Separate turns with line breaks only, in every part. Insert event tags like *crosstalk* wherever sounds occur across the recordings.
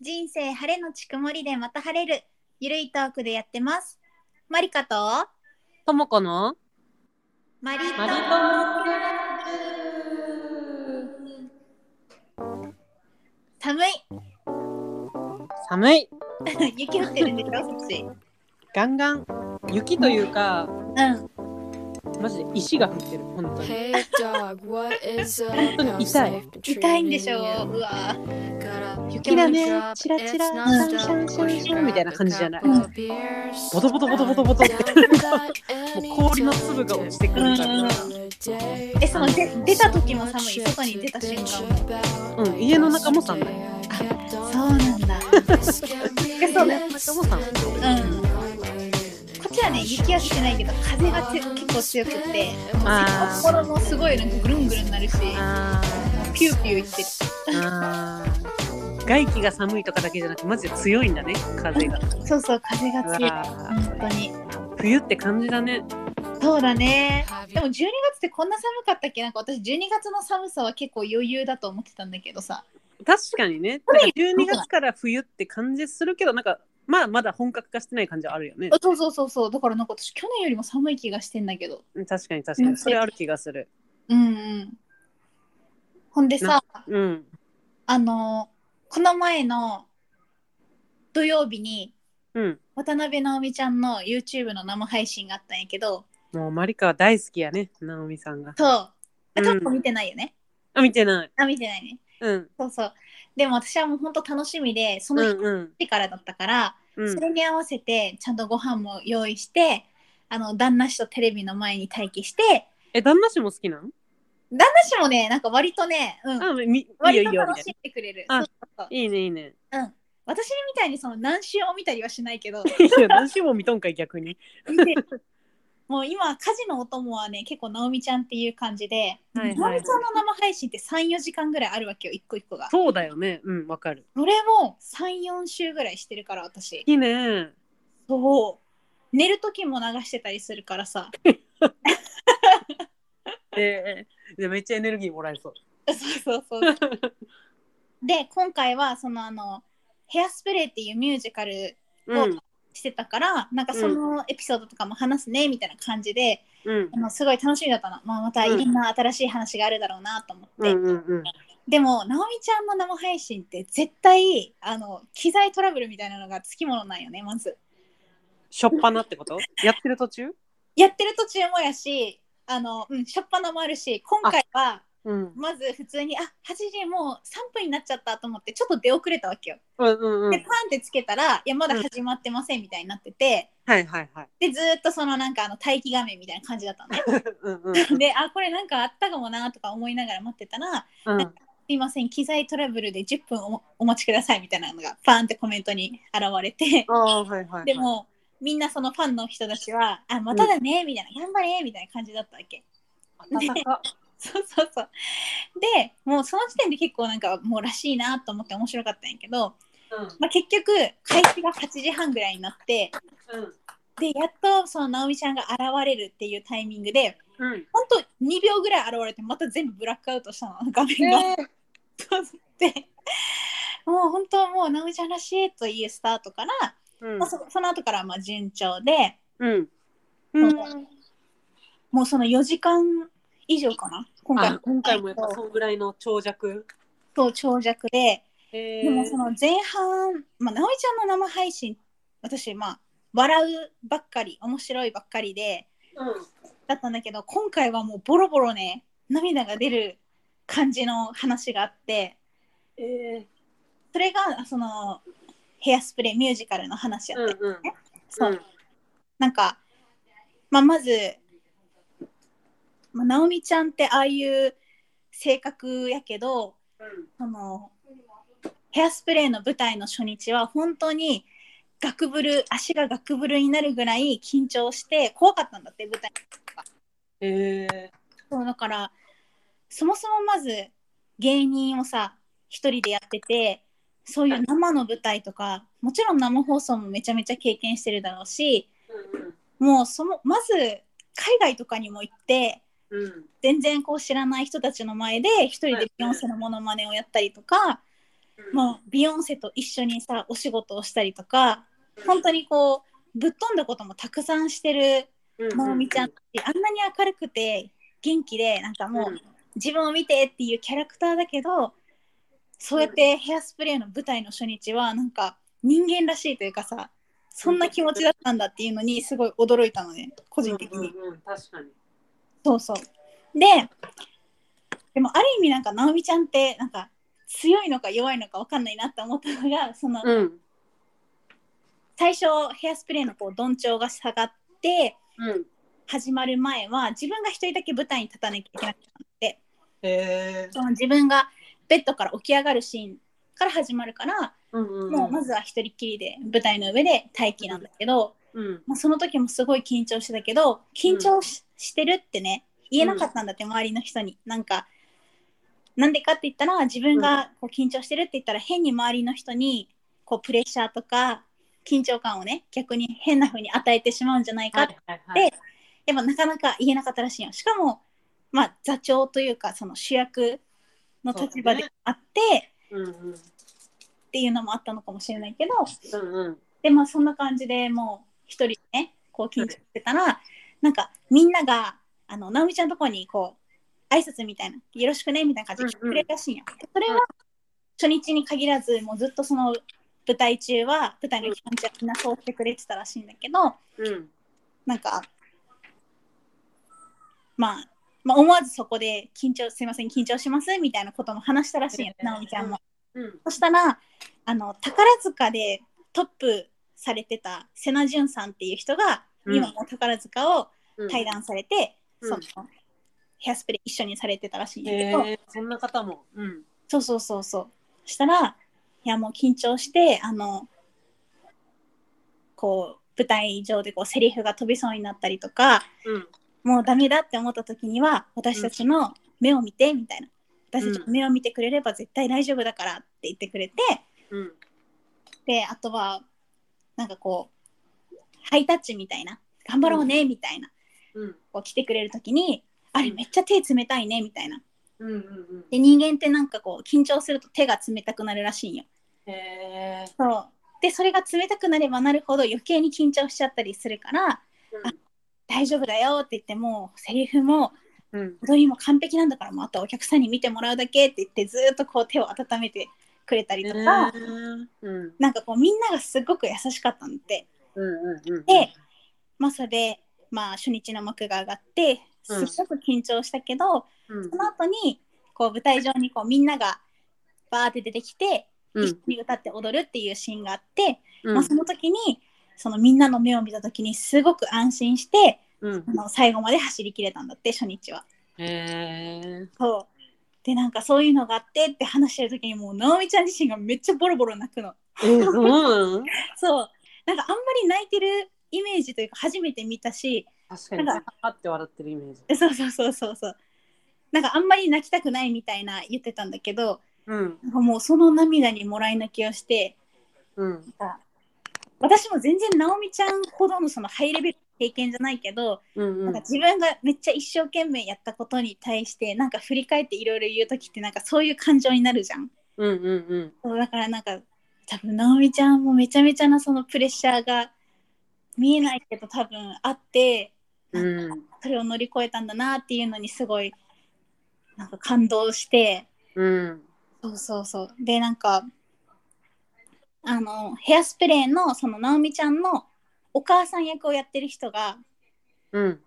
人生晴れのち曇りでまた晴れるゆるいトークでやってますマリカと
ともこの
マリ
マリトモ
寒い
寒い
雪降ってるんでしょそっち
ガンガン雪というか
うん
マジで石が降ってる本当に
Hey dog, what is up?
*laughs* 痛い
痛いんでしょううわ
雪だねチラチラシャンシャンシャンシャンみたいな感じじゃない
うん
ボトボトボトボトボトって *laughs* もう氷の粒が落ちてくるから、
えそので出た時も寒い外に出た瞬間も
うん、家の中も寒い
そうなんだえそうだ
*laughs* ともさん
うんこっちはね雪は降ってないけど風がつ結構強くって
あー
心もすごいなんかぐるんぐるんなるし
あ
ピューピューいってる
ーあー外気が寒いとかだけじゃなくてマジで強いんだね風が
そうそう風が強い
あー
本当に
冬って感じだね
そうだねでも12月ってこんな寒かったっけなんか私12月の寒さは結構余裕だと思ってたんだけどさ
確かにねなんか12月から冬って感じするけどなんかまあまだ本格化してない感じはあるよね
あそうそうそうそうだからなんか私去年よりも寒い気がしてんだけど
うん確かに確か
うん
にそれある気がする
うんうんほんでさ
うん
あのこの前の土曜日に
うん
渡辺直美ちゃんの YouTube の生配信があったんやけど
もうマリカは大好きやねナオミさんが
そうあ
うん
トップ見てないよね、
あ見てない
あ見てないね
うん
そうそうでも私はもうほんと楽しみでそうの
ん
日
うん
からだったから、
うん
それに合わせてちゃんとご飯も用意してあの旦那氏とテレビの前に待機して
え旦那氏も好きなん
旦那氏もねなんか割とね、うん、
あみいいよ
割
いい
と
よみ
楽
たい
しんでくれる
あ
そうそうそう
ないいねいいね
私みたいにその何週を見たりはしない
*laughs*
けど
いいよ何しも見とんかい逆に
見てるもう今家事のお供はね結構直美ちゃんっていう感じで、
はいはい
直美ちゃんの生配信って34時間ぐらいあるわけよ一個一個が
そうだよねうんわかる
それも34週ぐらいしてるから私
いいね
そう寝る時も流してたりするからさ
えー、でめっちゃエネルギーもらえそう
そうそうそうで今回はそのあの「ヘアスプレー」っていうミュージカル
うん
してたからなんかそのエピソードとかも話すねみたいな感じで、
うん
あのすごい楽しみだったの、まあ、またいろんな新しい話があるだろうなと思っ
う
て、
んうんうん
でも直美ちゃんの生配信って絶対あの機材トラブルみたいなのがつきものなんよねまず
しょっぱなってこと *laughs* やってる途中
やってる途中もやしあの、うん、しょっぱなもあるし今回は
うん
まず普通にあ8時もう3分になっちゃったと思ってちょっと出遅れたわけよ。
うんうんう
で
ん
パンってつけたら「いやまだ始まってません」みたいになってて
はいはいはい
でずーっとそのなんかあの待機画面みたいな感じだった
*laughs*
のね。
うんうん
であこれなんかあったかもなとか思いながら待ってたら「
うんうん
すいません機材トラブルで10分おお待ちください」みたいなのがパーンってコメントに現れて
ああはいはいはい
でもみんなそのファンの人たちは「あまただね」みたいな「頑張れ」みたいな感じだったわけ。 *laughs*
温か
そうそうそうでもうその時点で結構なんかもうらしいなと思って面白かったんやけど、まあ、結局開始が8時半ぐらいになってでやっとその直美ちゃんが現れるっていうタイミングで
うんうん
ほんと2秒ぐらい現れてまた全部ブラックアウトしたの *laughs* 画面が。そうでもう本当もう直美ちゃんらしいというスタートから、
うん
まあ、そその後からまあ順調で
うんうん
もうその4時間以上かな今回
あ今回もやっぱそんぐらいの長尺
そう長尺で。
へ
でもその前半、まあ、直美ちゃんの生配信私まあ笑うばっかり面白いばっかりでだったんだけど今回はもうボロボロね涙が出る感じの話があって
ええ
それがそのヘアスプレーミュージカルの話や
う
っ
ん
て、
うん
そうなんか、まあ、まず、まあ、直美ちゃんってああいう性格やけどそのヘアスプレーの舞台の初日は本当にガクブル足がガクブルになるぐらい緊張して怖かったんだって舞台
ええ
そうだからそもそもまず芸人をさ一人でやっててそういう生の舞台とかもちろん生放送もめちゃめちゃ経験してるだろうしもうそのまず海外とかにも行って全然こう知らない人たちの前で一人でビヨンセのモノマネをやったりとかもうビヨンセと一緒にさお仕事をしたりとか本当にこうぶっ飛んだこともたくさんしてる
うん
まおみちゃんっ。てあんなに明るくて元気でなんかもう、自分を見てっていうキャラクターだけどそうやってヘアスプレーの舞台の初日はなんか人間らしいというかさそんな気持ちだったんだっていうのにすごい驚いたのね個人的に、
うんうんうん確かに。
そうそうででもある意味なんか直美ちゃんってなんか強いのか弱いのか分かんないなって思ったのがその
うん。
最初ヘアスプレーのこう鈍調が下がって
うん。
始まる前は自分が一人だけ舞台に立たなきゃいけなくて
へえ。
その自分がベッドから起き上がるシーンから始まるから、
うんうんうん。
もうまずは一人っきりで舞台の上で待機なんだけど、
うん。
まあ、その時もすごい緊張してたけど緊張し,、してるってね言えなかったんだって周りの人に、なんかなんでかって言ったら自分がこう緊張してるって言ったら変に周りの人にこうプレッシャーとか緊張感をね逆に変な風に与えてしまうんじゃないか
は
って
いはいは
で
い。
やっぱなかなか言えなかったらしいよしかも、まあ、座長というかその主役の立場であって、
うんうん。
っていうのもあったのかもしれないけど
うんうん。
でまあそんな感じでもう一人でねこう緊張してたら、なんかみんながあの直美ちゃんのとこにこう挨拶みたいな「よろしくね」みたいな感じで来てくれるらしいんや、それは初日に限らずもうずっとその舞台中は舞台の期間中はみんなそうしてくれてたらしいんだけど、
うん。
なんか、まあ、まあ、思わずそこで緊張すいません緊張しますみたいなことも話したらしいよ、
うん
直美ちゃんも。
うん。
そしたらあの宝塚でトップされてた瀬名淳さんっていう人が、
うん
今も宝塚を
うん
退。団されて、
うん
そのヘアスプレー一緒にされてたらしいんだけ
へ
ど、
え。そんな方も。うん。
そうそうそうそうそしたらいやもう緊張してあのこう舞台上でこうセリフが飛びそうになったりとか、
うん。
もうダメだって思った時には私たちの目を見てみたいな、私たちの目を見てくれれば絶対大丈夫だからって言ってくれて
うん。
であとはなんかこうハイタッチみたいな頑張ろうねみたいな、
うん。
こう来てくれる時にあれめっちゃ手冷たいねみたいな
うんうん
で人間ってなんかこう緊張すると手が冷たくなるらしいんよ
うん。へえ。
そうでそれが冷たくなればなるほど余計に緊張しちゃったりするから大丈夫だよって言ってもうセリフも
うん。
踊りも完璧なんだからもうあとはお客さんに見てもらうだけって言ってずーっとこう手を温めてくれたりとか、
うん。うん。
なんかこうみんながすごく優しかったんで、
うんうんうん。
でまあ、それで、まあ、初日の幕が上がって
うん
すっごく緊張したけど、
うん
その後にこう舞台上にこうみんながバーって出てきて
う
一緒
ん
に歌って踊るっていうシーンがあって、
うん
まあ、その時にそのみんなの目を見た時にすごく安心して
うん
あ。の最後まで走り切れたんだって初日は。
へえ。
そうでなんかそういうのがあってって話してる時にもう直美ちゃん自身がめっちゃボロボロ泣くの
え、そうなん
そうなんかあんまり泣いてるイメージというか初めて見たし
確かに、
なん
あって笑ってるイメージ。
え *laughs* そうそうそうそうそうなんかあんまり泣きたくないみたいな言ってたんだけど
うん。
なんかもうその涙にもらい泣きをして
うん。
私も全然直美ちゃんほどのそのハイレベルな経験じゃないけど、
うんう
なん
ん
か。自分がめっちゃ一生懸命やったことに対してなんか振り返っていろいろ言う時ってなんかそういう感情になるじゃん。
うんうんうん。
そうだからなんか多分直美ちゃんもめちゃめちゃなそのプレッシャーが見えないけど多分あって
うん。
それを乗り越えたんだなっていうのにすごいなんか感動して
うん。
そうそうそうでなんかあのヘアスプレーのその直美ちゃんのお母さん役をやってる人が
うん。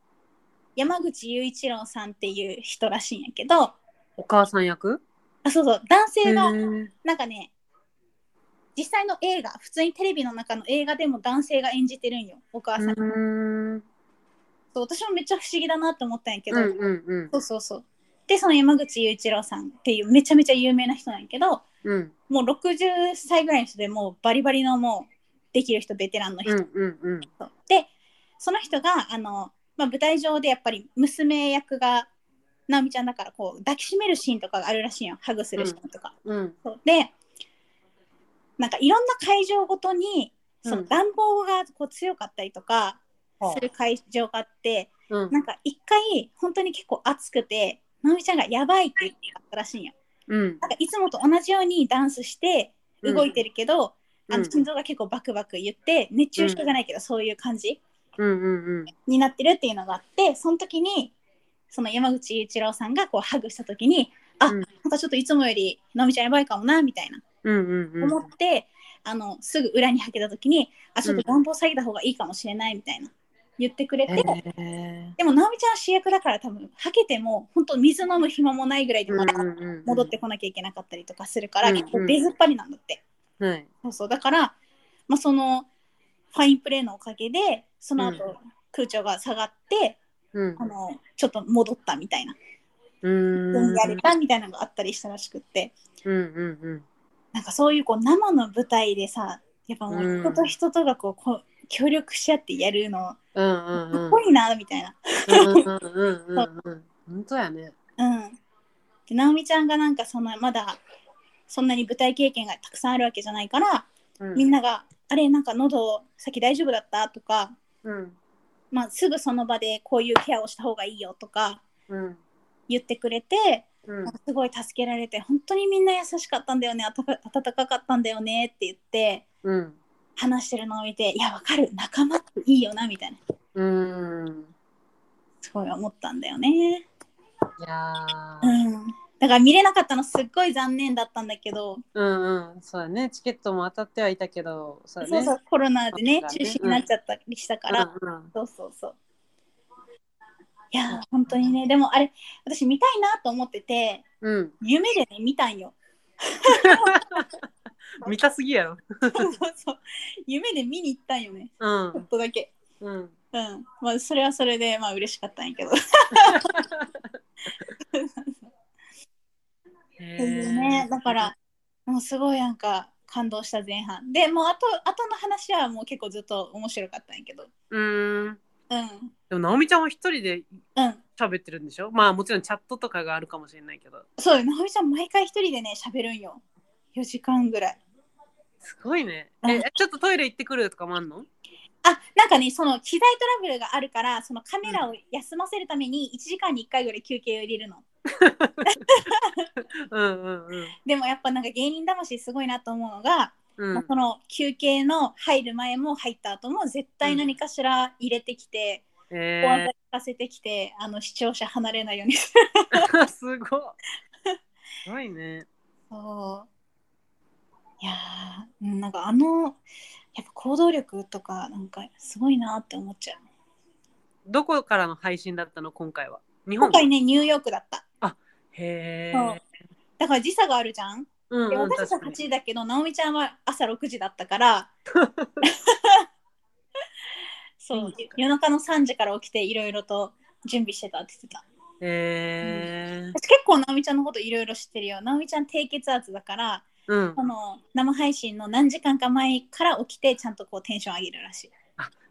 山口雄一郎さんっていう人らしいんやけど
お母さん役
あそうそう男性が
うん
なんかね、実際の映画、普通にテレビの中の映画でも男性が演じてるんよ、お母さん。
うん
そう私もめっちゃ不思議だなと思ったんやけど、
うん
そうそうそう。で、その山口雄一郎さんっていうめちゃめちゃ有名な人なんやけど、
うん。
もう60歳ぐらいの人でもうバリバリのもうできる人、ベテランの人。
うんうんうん。
で、その人が、あの、まあ、舞台上でやっぱり娘役が、直美ちゃんだからこう抱きしめるシーンとかがあるらしいよ、ハグするシーンとか。
うん
そうでなんかいろんな会場ごとにその
うん
暖房がこう強かったりとか
はあ
する会場があって、
うん
なんか一回本当に結構暑くて直美ちゃんがやばいって言ったらしいんよ。
うん
なんかいつもと同じようにダンスして
うん
動いてるけど、あ
う
の
ん
心臓が結構バクバク言って熱中症じゃないけどそういう感じ
うんうん
になってるっていうのがあってその時にその山口雄一郎さんがこうハグした時にあ、
う
な
ん
んかちょっといつもよりのみちゃんやばいかもなみたいな
うんうんうん
思って、あのすぐ裏にはけた時にあちょっと暖房下げた方がいいかもしれないみたいな言ってくれて、
へ
でもなおみちゃんは主役だから多分はけても本当水飲む暇もないぐらいで
ー
また
うんうんうん
戻ってこなきゃいけなかったりとかするから、
うん
結構出ずっぱりなんだって、
はい
そうそうだから、まあ、そのファインプレーのおかげでその後、
う
空調が下がって
うん
あのちょっと戻ったみたいな
うん
やれたみたいなのがあったりしたらしくって
うんうん
なんかそういうこう生の舞台でさやっぱもう人と人とがこうこう協力し合ってやるの
うんうんうん
かっこいいなみたいな。
うんうんうんうんうん本当やね
うん、で直美ちゃんがなんかそのまだそんなに舞台経験がたくさんあるわけじゃないから、みん
な
なが「あれなんか喉さっき大丈夫だった?」とか、
うん
まあ、すぐその場でこういうケアをした方がいいよとか
うん
言ってくれて
うん
なんかすごい助けられて本当にみんな優しかったんだよねあたか温かかったんだよねって言って
うん
話してるのを見て「いやわかる仲間っていいよな」みたいな
うん
すごい思ったんだよね。
いや
う
ー
ん、だから見れなかったのすっごい残念だったんだけど。
うんうんそうやねチケットも当たってはいたけどそうや
そう
ね
そうコロナでね
そうだ
中
ね
止になっちゃったりしたから、
うんうん
そうそうそういやー本当にねでもあれ私見たいなと思ってて
うん
夢でね見たんよ
見たすぎやろ
*laughs* そうそうそう夢で見に行ったんよね
う
ちょっ
ん
とだけ
うん
うんまあそれはそれでまあ嬉しかったんや
*laughs*
けどそういうねだからもうすごいなんか感動した前半でもうあと後の話はもう結構ずっと面白かったんやけど
うん
うん
でも直美ちゃんは一人で
うん
喋ってるんでしょまあもちろんチャットとかがあるかもしれないけど
そうよ、直美ちゃん毎回一人でね、喋るんよ。4時間ぐらい。
すごいね
う
え
ん
ちょっとトイレ行ってくるとかもあんの
あ、なんかね、その機材トラブルがあるから、そのカメラを休ませるために1時間に1回ぐらい休憩を入れるの。
うんうんうん
でもやっぱなんか芸人魂すごいなと思うのが、
う
まあ
ん
その休憩の入る前も入った後も絶対何かしら入れてきて、
え
小技聞かせてきて、あの視聴者離れない
*laughs*
ようにする。
ー、すごいすごいね
そういやーうんなんかあの、やっぱ行動力とか、なんかすごいなって思っちゃう。
どこからの配信だったの今回は日
今
本
回ね、ニューヨークだった。
へえ
そうだから時差があるじゃん。
うん
で
うん
私たち
確
は
か
8
に
時だけど、直美ちゃんは朝6時だった
*laughs*
から。そ
いいうですか
夜中の3時から起きていろいろと準備してたって言ってた。
へえ
私結構直美ちゃんのこといろいろ知ってるよ。直美ちゃん低血圧だから、
うん
この生配信の何時間か前から起きてちゃんとこうテンション上げるらしい。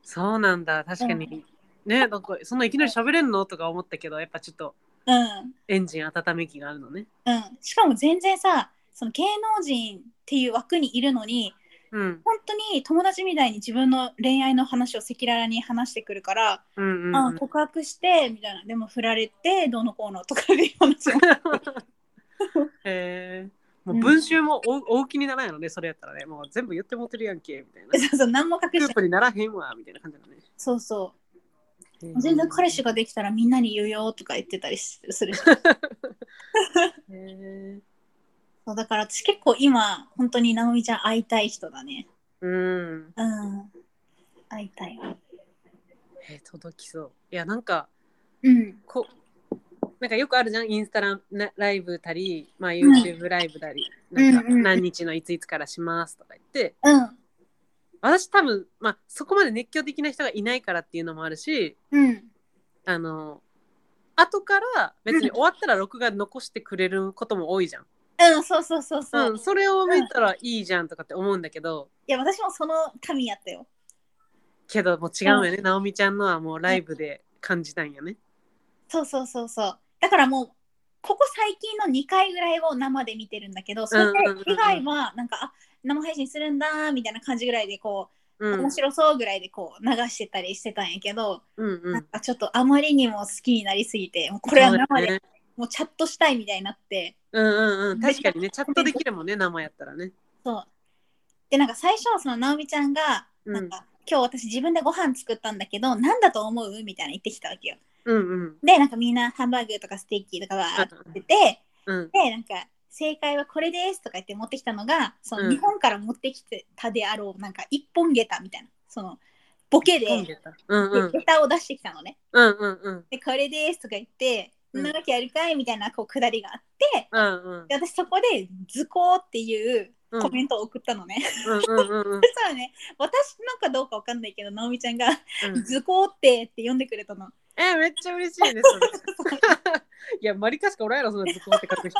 そうなんだ確かに、
うん
ねなんかそんないきなり喋れんのとか思ったけどやっぱちょっと
うん。
エンジン温め機があるのね
うん。しかも全然さ、その芸能人っていう枠にいるのに、
うん
本当に友達みたいに自分の恋愛の話を赤裸々に話してくるから、
うんうん、
あ
うん、
告白してみたいなでも振られてどうのこうのとかいう話も
へえもう文集も大大気にならないのねそれやったらねもう全部言ってもってるやんけ
*laughs*
みたいな
そうそう何も隠
グ
し
ルー
て
プにならへんわみたいな感じだね
そうそ
へ
う
ー
全然彼氏ができたらみんなに言うよとか言ってたりするし
へー
そうだから私結構今本当に直美ちゃん会いたい人だね
うん
うん会いたいわ
えー届きそういやなんか
うん
こなんかよくあるじゃんインスタラなライブたり、まあ、YouTube ライブたり、なんか
うんうん
何日のいついつからしますとか言って
うん
私多分、まあ、そこまで熱狂的な人がいないからっていうのもあるし
うん
あの後から別に終わったら録画残してくれることも多いじゃん、
うんそうそうそうそう、
うん、
い
それを見たらいいじゃんとかって思うんだけど
や私もその神やったよ
けどもう違うんよね、直美ちゃんのはもうライブで感じたんよね
そうそうそうそうだからもうここ最近の2回ぐらいを生で見てるんだけどそれ以外はなんか、あ生配信するんだみたいな感じぐらいでこう
うん
面白そうぐらいでこう流してたりしてたんやけど、
うんう
なん
ん
かちょっとあまりにも好きになりすぎてもうこれは
そうだ
生で、
ね
もうチャットしたいみたいになって
うんうんうん。確かにね、チャットできるもんね、生やったらね。
そうでなんか最初はその直美ちゃんが「
うん
なんか今日私自分でご飯作ったんだけど何だと思う?」みたいな言ってきたわけよ。
うんうん。
でなんかみんなハンバーグとかステーキとかわーって言ってて
うん。
でなんか正解はこれですとか言って持ってきたのがその
うん
日本から持ってきてたであろうなんか一本下駄みたいなそのボケで
うんうんうん
下駄を出してきたのね。
うんうん
でこれですとか言って「
うん
んなわけあるかい?」みたいなこうくだりがあって
うん
で私そこで「図工」っていう
うん
コメントを送ったのね。 *laughs*
うんうんうんうん
そしたらね私のかどうかわかんないけど直美ちゃんが「図工って」って呼んでくれたの。
えめっちゃ嬉しいですそれいやマリカしかおらんやろそんな図工って書く人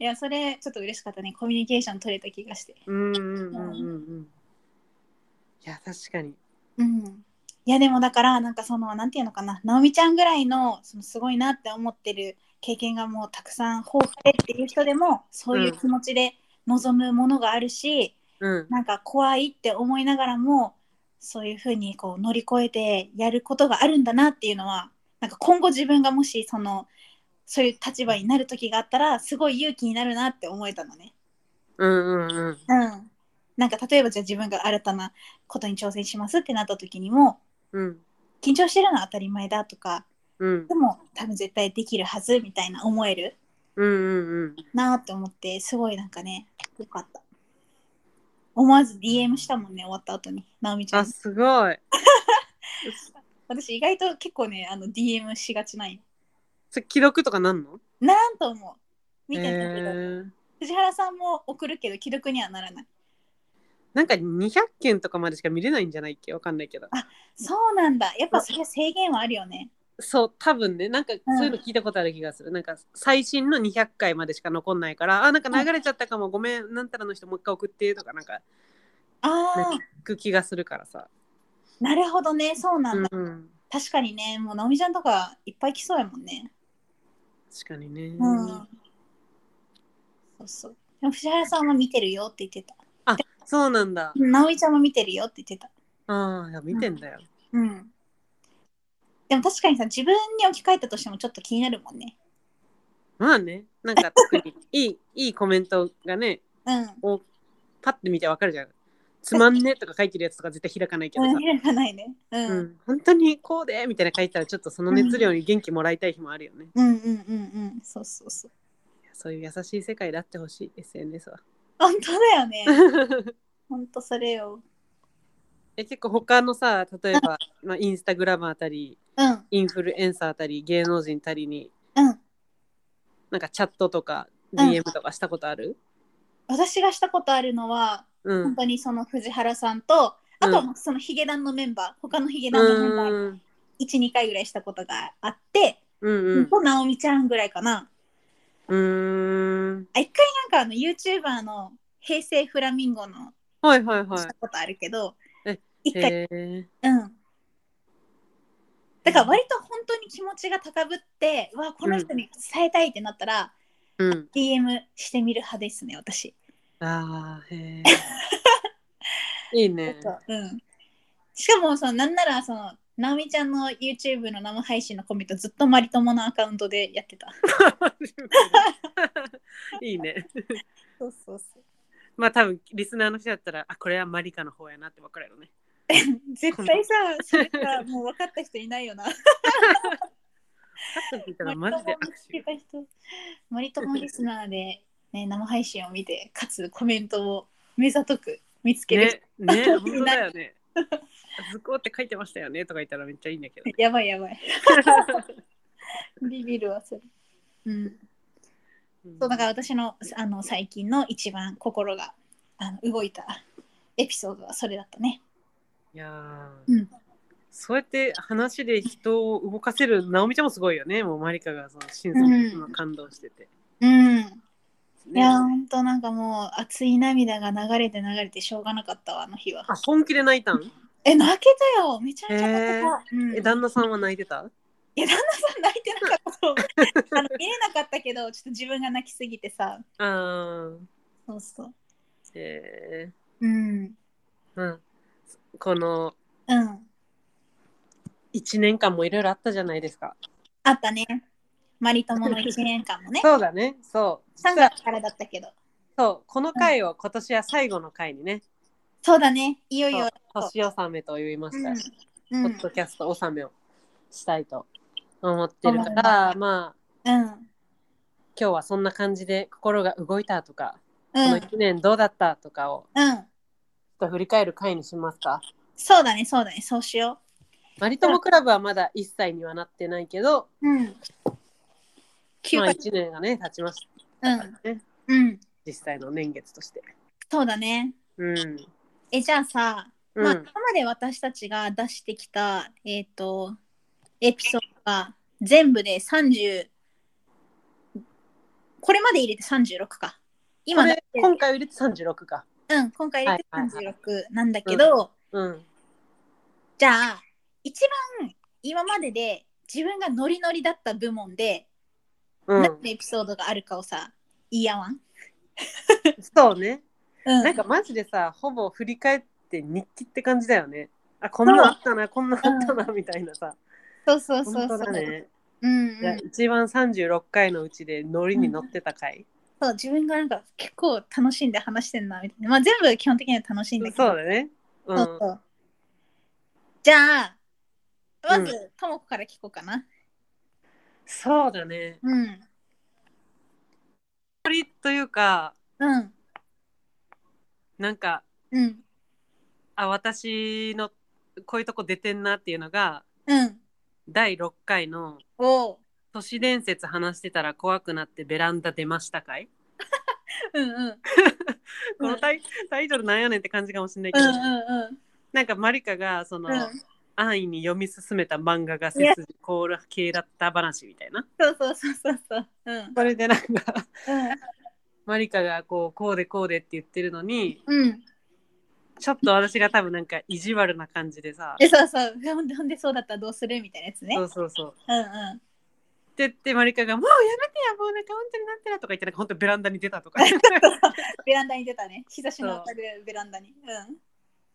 いやそれちょっと嬉しかったねコミュニケーション取れた気がして。
うんうんうんうんうんいや確かに
うんいやでもだからなんかそのなんていうのかな直美ちゃんぐらいのそのすごいなって思ってる経験がもうたくさん豊富でっていう人でもそういう気持ちで望むものがあるし、
うん
なんか怖いって思いながらもそういうふうにこう乗り越えてやることがあるんだなっていうのはなんか今後自分がもしそのそういう立場になる時があったらすごい勇気になるなって思えたのね。
うんうんうん
うん、なんか例えばじゃあ自分が新たなことに挑戦しますってなった時にも
うん
緊張してるのは当たり前だとか
うん
でも多分絶対できるはずみたいな思える
うんうんうん
なって思ってすごいなんかねよかった。思わず DM したもんね終わった後に直美ちゃん
あ
に
すごい
私意外と結構ねあの DM しがちない
それ既読とかなんの
なんと思う見て
へ
たけど、
ー
藤原さんも送るけど既読にはならない
なんか200件とかまでしか見れないんじゃないっけわかんないけど
そうなんだやっぱそれ制限はあるよね
そう多分ねなんかそういうの聞いたことある気がする、なんか最新の200回までしか残んないからあなんか流れちゃったかもごめんなんたらの人もう一回送ってとかなんか
ああ、
聞く気がするからさ、
なるほどねそうなんだ、
うん、
確かにねもう直美ちゃんとかいっぱい来そうやもんね
確かにね、
うん、そうそうでも藤原さんも見てるよって言ってた
そうなんだ
直美ちゃんも見てるよって言ってた
ああいや見てんだよ、
うんでも確かにさ自分に置き換えたとしてもちょっと気になるもんね
まあねなんか特にいい *laughs* いいコメントがね
うん
パッて見てわかるじゃんつまんねとか書いてるやつとか絶対開かないけどさ、
うん開かないね
う
うん
ん、本当にこうでみたいな書いたらちょっとその熱量に元気もらいたい日もあるよね、
うんうんうんうんそうそうそう
そういう優しい世界であってほしい SNS は
本当だよね本当それよ
*laughs* え結構他のさ例えば、
*laughs*
まあ、インスタグラマーたり
うんうん
インフルエンサーたり芸能人たりになんかチャットとか
ん
DM とかしたことある、
私がしたことあるのは、
うん、
本当にその藤原さんとあと
う
はそのヒゲダンのメンバー他のヒゲダンのメンバー
うん
12、2回ぐらいしたことがあって、
うん
と直美ちゃんぐらいかな
うんうん
あ一回なんかあの YouTuber の平成フラミンゴの
はいはいは
したことあるけど、
えい
一回
へえ
うんだから割と本当に気持ちが高ぶって、うわこの人に伝えたいってなったら、
うん
DM してみる派ですね私、
あー
*laughs*
へえいいね
うん、しかもそのなんならその直美ちゃんの YouTube の生配信のコメントずっとマリ友のアカウントでやってた
*laughs* いいね
そうそうそう
まあ多分リスナーの人だったらあこれはマリカの方やなって分かるよね
絶対さそれさもう分かった人い *laughs* ないよな
パッと聞いたらマジで握手
森友リスナーで、ね、生配信を見てかつコメントを目ざとく見つける人、*laughs*
ね、ね、本当だよね。図工って書いてましたよねとか言ったらめっちゃいいんだけどね。
やばいやばいビビるわそれうん *laughs* そうだから私のあの最近の一番心があの動いたエピソードはそれだったね。
いやー、
うん
そうやって話で人を動かせる直美ちゃんもすごいよね。もうマリカがその心底の感動してて。
うん。い
ね
やーほんとなんかもう熱い涙が流れて流れてしょうがなかったわあの日は
あ。本気で泣いたん、
え泣けたよめちゃめちゃ泣けた。うん、
え旦那さんは泣いてた
いや旦那さん *laughs* 泣いてなかったと思うあの見れなかったけどちょっと自分が泣きすぎてさ。
あー
そうそう。
え
うん。
ーうん、この
うん。
1年間もいろいろあったじゃないですか。
あったね。マリ友の1年間もね
そうだね。そう。
3月からだったけど
そう。この回を今年は最後の回にね、
そうだねいよいよ
年納めと言いました。
うんうん
ポッドキャスト納めをしたいと思ってるか
思いま
ら、まあ、
うん
今日はそんな感じで心が動いたとか、
う
こ
ん
の1年どうだったとかを
うん
ちょっと振り返る回にしますか。
そうだねそうだねそうしよ
マリトモクラブはまだ1歳にはなってないけど、
ううん9
まあ、
回、
1年がね、経ちまし
うんうん
実際の年月として。
そうだね
うん。
えじゃあさ
うん。
まあ、今まで私たちが出してきた、えっとエピソードが全部で30これまで入れて36か今
こ
だ
れ
け
今回入れて36か。
うん、今回入れて
はいはい
36なんだけど、
うん。
じゃあ一番今までで自分がノリノリだった部門で
う
何の
ん、
エピソードがあるかをさ言い合わん、
そうね。
うん、
なんかマジでさ、ほぼ振り返って日記って感じだよね。あ、こんなのあったな、こんなのあったな、みたいなさ。
そうそうそう
本
そ
当
う、
だね。
うん
じ
う
ゃあ
ん、
一番36回のうちでノリに乗ってた回。
そう自分がなんか結構楽しんで話してんなみたいなまあ全部基本的には楽しいんだけど
そうだね。う。
そうんそう。じゃあ、ま
う
ず、ともこから聞こうかな。
そうだね。
うん。
ノリというか、
うん。
なんか、
うん。
あ、私のこういうとこ出てんなっていうのが、
うん。
第6回の
おう。
都市伝説話してたら怖くなってベランダ出ましたかい
うんうん。
このタイタイトルなんやねんって感じかもしれないけ
うん
ど、
うんうん。
なんかマリカがその、
うん
安易に読み進めた漫画が背筋凍る系だった話みたいな。
そうそうそうそうそう。うん。
それでなんかマリカがこうこうでこうでって言ってるのに
うん。
*laughs*
うん。
ちょっと私が多分なんか意地悪な感じでさ
え、そうそう。ほんで、ほんで、そうだったらどうするみたいなやつね。
そううそうそう。
んうん。
って言ってマリカが「もうやめてやもうなんか本当になってな」とか言ってなんか本当ベランダに出たと *laughs* かっ
ベランダに出たね。日差しの当たるベランダに。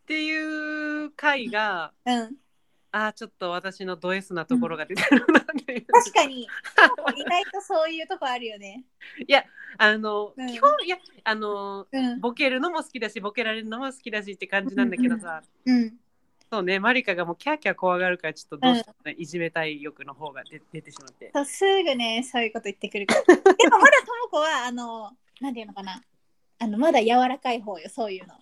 ていう回が
うん。うん。
ああちょっと私のド S なところが出てるなっていう。
確か
*laughs*
に、意外とそういうとこあるよね。
あの、
うん
基本いやあの
うん。
ボケるのも好きだしボケられるのも好きだしって感じなんだけどさ、
うん。
そうねマリカがもうキャーキャー怖がるからちょっとどうしてもね、いじめたい欲の方が出出てしまって
そうすぐねそういうこと言ってくる *laughs* からでもまだともこはあのなんていうのかなあのまだ柔らかい方よそういうの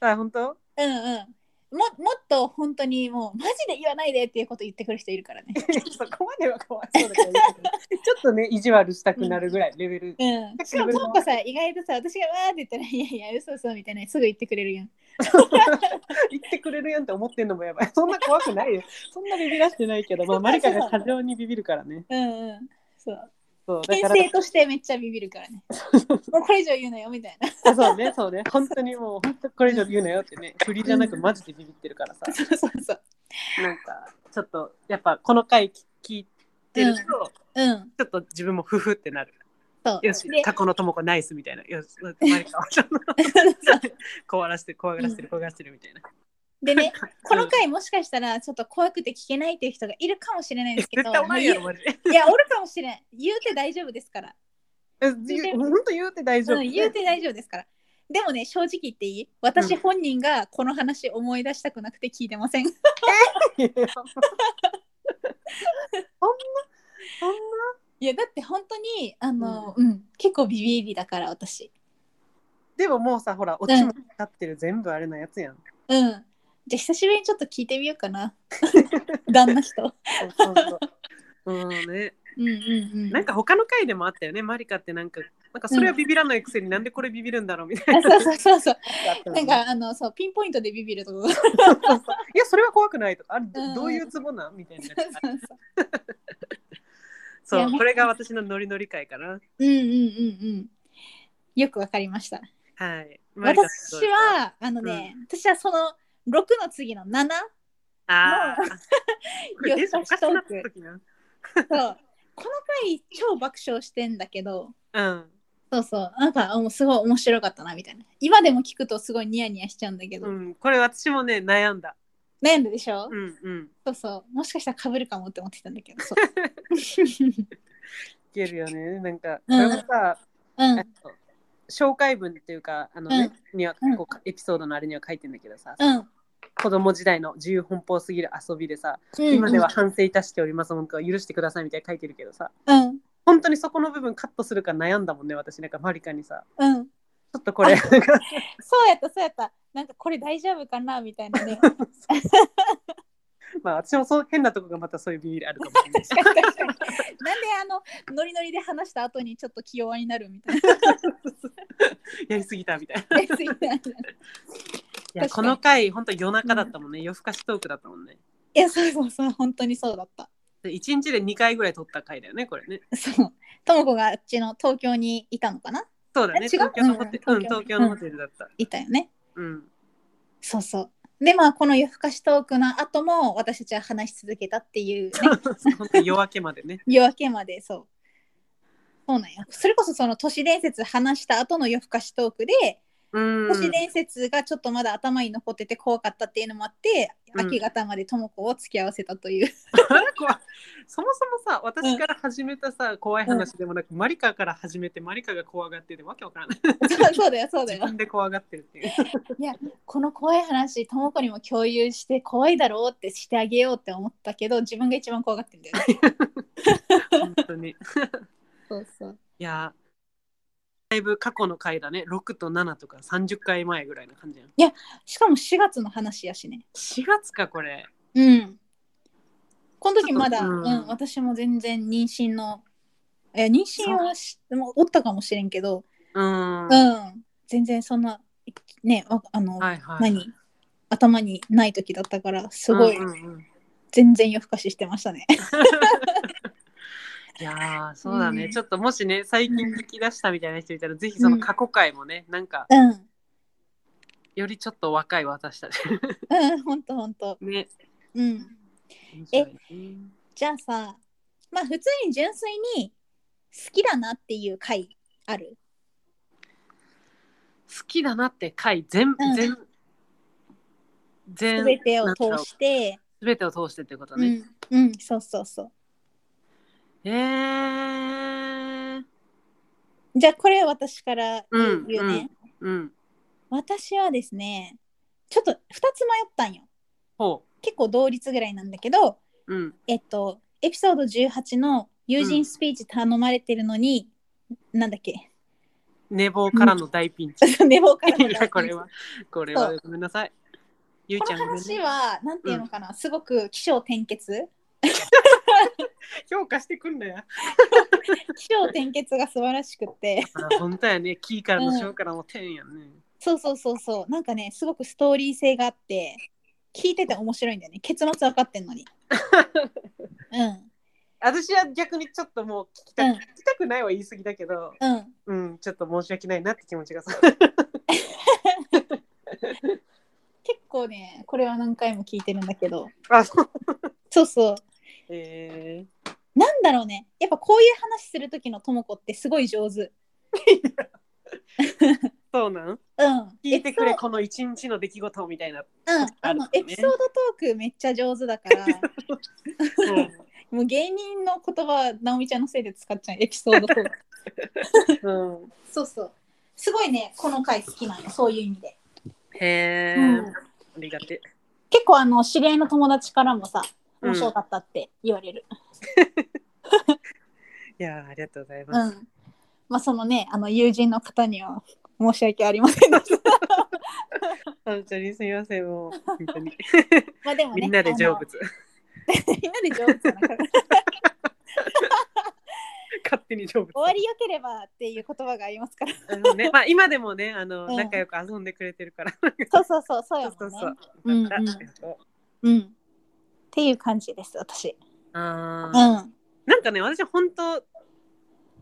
あ本当
うんうんももっと本当にもうマジで言わないでっていうこと言ってくる人いるから *laughs* ね
*laughs* そこまでは怖そうだけどちょっとね意地悪したくなるぐらいレベル、
うんしかもともこさ意外とさ私がわーって言ったら「いやいや嘘嘘」みたいなすぐ言ってくれるやん
言ってくれるやんって思ってんのもやばい *laughs* そんな怖くないよそんなビビらしてないけど、まあ、マリカが過剰にビビるからね
うんうんそう
そうだ
牽
から
制としてめっちゃビビるから *laughs* ねもうこれ以上言うなよみたいな
あそうねそうね本当にもう本当これ以上言うなよってね振りじゃなくマジでビビってるからさ
そうそうそう
なんかちょっとやっぱこの回聞いてる
う
と、
ん
ちょっと自分もフフってなる。
そう
よし
で、 *laughs*
過去のともこナイスみたいな。よし、マリカはちょっと怖らしてる、怖がらしてる、怖がらしてるみたいな。
でねこの回もしかしたらちょっと怖くて聞けないっていう人がいるかもしれないんですけ
絶
ど
対お前やろ、マジで。
いや、おるかもしれん。言うて大丈夫ですから。
*laughs* 本当言うて大丈
う
夫。
ん、言うて大丈夫ですから。でもね、正直言っていい私
うん
本人がこの話思い出したくなくて聞いてません。
い *laughs* やそんな、そんない
や、だって本当に、あの、うん、結構ビビりだから、私。
でももうさ、ほら、オチもかかってる、全部あれのやつやん。
うん。じゃあ、久しぶりにちょっと聞いてみようか *laughs* な。旦那人。
そうそうそう。うんね、
うんうんうん。
なんか他の回でもあったよね、マリカってなんか、なんかそれはビビらないくせになんでこれビビるんだろうみたい
あ、
な
そう。そうそうそう。
あった
な
よね
んか、あの、そう、ピンポイントでビビるとこが。そう
そうそうそういやそれは怖くないとかあれ
う
ど
んうん
どういうツボなんみたい
*laughs*
な
そうそうい
そ
や
うこれが私のノリノリ会かな
*laughs* うんうんうんうん。よくわかりました。
はいマリカ
私は、あのね、私はその6の次の7。
ああ
*laughs* よ
え
し
おかしくなった時な
そう *laughs* この回超爆笑してんだけど
うん
そうそうなんかあもうすごい面白かったなみたいな今でも聞くとすごいニヤニヤしちゃうんだけど、
うんこれ私もね悩んだ
悩んだでしょ、
うんうん
そうそうもしかしたらかぶるかもって思ってたんだけどそう
けるよね。なんか、
う
そ
ん
れもさ、
*laughs* うん
あの紹介文っていうか、あのね、にはこうエピソードのあれには書いてんだけどさ、
うん
子供時代の自由奔放すぎる遊びでさ、
うん
今では反省いたしております、文句は許してくださいみたいに書いてるけどさ、
うん
本当にそこの部分カットするか悩んだもんね、私なんかマリカにさ、
うん
ちょっとこれ、なんか
そうやったそうやったなんかこれ大丈夫かなみたい
*laughs*
なね
まあ私もそう変なとこがまたそういうビビりあるかもしれ
*laughs*
ないし。
確かに確かになんであのノリノリで話した後にちょっと気弱になるみた
*laughs*
いな *laughs*
やりすぎたみたいな。い
やりすぎてない
や、
確
こ
かに
の回、本当夜中だったもんね、夜更かしトークだったもんね。
いやそうそうそう本当にそうだった
で一日で2回ぐらい撮った回だよね、これね。
そうともこがあっちの東京にいたのかな
そうだね、
え違う
東京のホテル、
うん
うん、東京のホテルだった。
いたよね
うん。
そうそうでまあこの夜更かしトークの後も私たちは話し続けたっていう、ね、
本当に夜明けまでね。
夜明けまでそうそうなんやそれこそその都市伝説話した後の夜更かしトークで、
うん
都。市 *laughs* 伝説がちょっとまだ頭に残ってて怖かったっていうのもあって、
うん
明け方までとも子を付き合わせたという *laughs*
怖いそもそもさ、私から始めたさ、怖い話でもなく、マリカから始めて、マリカが怖がってて、わけわからない。
そうそうだよそうだ
自
よ
分で怖がってるっ
*laughs*
ていう。
この怖い話とも子にも共有して怖いだろうってしてあげようって思ったけど自分が一番怖がってるんだよね
本当に。い
そうそう
や、だいぶ過去の回だね、6と7とか30回前ぐらいの感じやん。
しかも4月の話やしね
4月か、これ。
うんこの時まだ、
ちょっ
う
と
ん
うん
私も全然妊娠のえ妊娠はしもうおったかもしれんけど、
うん。
う
はい
ん、全然そんなねわあの、
はい。
何頭にない時だったからすごい
うんうん
*laughs*
うん
全然夜更かししてましたね。
いやーそうだね、
うん
ちょっともしね最近聞き出したみたいな人いたら、ぜひその過去回もねなんか
うん、うん
よりちょっと若い私たち
うん、ほんとほんと。
ね
うん。
面白いね
じゃあさ、まあ普通に純粋に好きだなっていう回ある。
好きだなって回全
うん
全
す
全
べてを通して。
全てを通してってこと
う
ね、
ん、うん、そうそうそう。
えー、
じゃあこれ私から
う
言
ん
うね。
うん
私はですね、ちょっと2つ迷ったんよ。
ほ
結構同率ぐらいなんだけど、
ううん
えっと、エピソード18の友人スピーチ頼まれてるのに、なんだっけ *laughs*
寝坊からの大ピンチ、
寝坊からの
*laughs* いやこれはこれはごめんなさいゆう
こ
ちゃ
の
んごめん
話
ね
は、なんていうのかな、すごく起承転結
評価してくんだよ
起承転結が素晴らしくって
あ本当や
*laughs*
ね。キーからの塩からも天やんね。
そうそうそうそうなんかねすごくストーリー性があって聞いてて面白いんだよね結末分かってんの
*laughs*
にうん
私は逆にちょっともう聞きた,、
うん
聞きたくないは言い過ぎだけど、
うん
うん、ちょっと申し訳ないなって気持ちがさ。 *laughs*
結構ねこれは何回も聞いてるんだけど
あ、そう。
そうそう
え
なんだろうねやっぱこういう話する時のともこってすごい上手
ー、そうなん
うん
聞いてくれ、
エピ
この一日の出来事みたいな。
ソードうんあの
ある
エ
よね
ピソードトークめっちゃ上手だから
うん
もう芸人の言葉直美ちゃんのせいで使っちゃうエピソードトーク
*laughs* うん、
そうそうすごいねこの回好きなのそういう意味で、
へえ、
うん
ありがてえ。
結構あの知り合いの友達からもさ
うん
面白かったって言われる
いやー、ありがとうございうま
ん、
す。
まあそのねあの友人の方には申し訳ありま
*laughs*
せんでした
本当にすみません、もう。本当に。
まあでもね
みんなで成仏。
あのみんなで成仏じゃなかった
勝手に成仏。
終わりよければっていう言葉がありますから
うんね、まあ、今でもね、あの、
うん
仲良く遊んでくれてるから。
そうそうそうそう
そ
や
うそ
も
うん
ね
そう。
うんう
よかったありがとう
んっていう感じです私
あ
う
ー
ん
なんかね私本当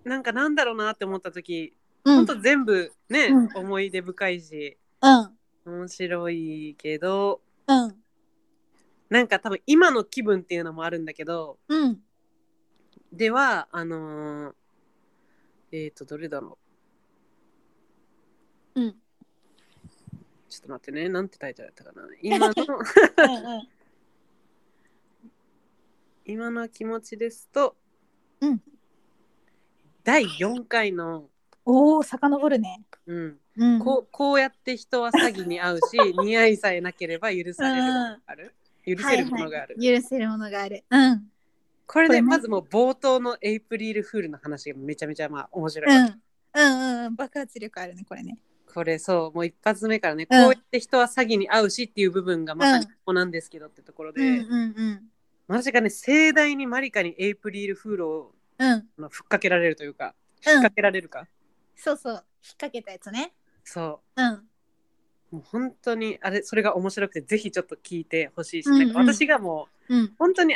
なんかなんだろうなって思った時
うんう
本
ん
当全部ね、
うん
思い出深いし面白いけど
うん
なんか多分今の気分っていうのもあるんだけど
うん
ではあのーえっ、ー、とどれだろ
うんうん
うちょっと待ってねなんてタイトルだったかな今
*laughs* う
の *laughs*
ん
今の気持ちですと、
うん
第4回の、
おお、遡るね。
うん、
うん
こうこうやって人は詐欺に遭う
*laughs*
し似合いさえなければ許されるものがある許せるものがある、
はいはい許せるものがある。うん。うん。
これ
これね
ねまずもう冒頭のエイプリルフールの話がめちゃめちゃまあ面白い、
うんうんうん。爆発力あるね、これね。
これそうもう一発目からね、
うん
こうやって人は詐欺に遭うしっていう部分がまさにここなんですけどってところで、
うんうんうん。
私がね盛大にマリカにエイプリルフールを
うん。うん。
あのふっかけられるというかふっかけられるか、
そうそう。引っ掛けたやつね。
そう
うん。
もう本当にあれそれが面白くてぜひちょっと聞いてほしいし、
うんうん
なんか私がもう
うん。
本当に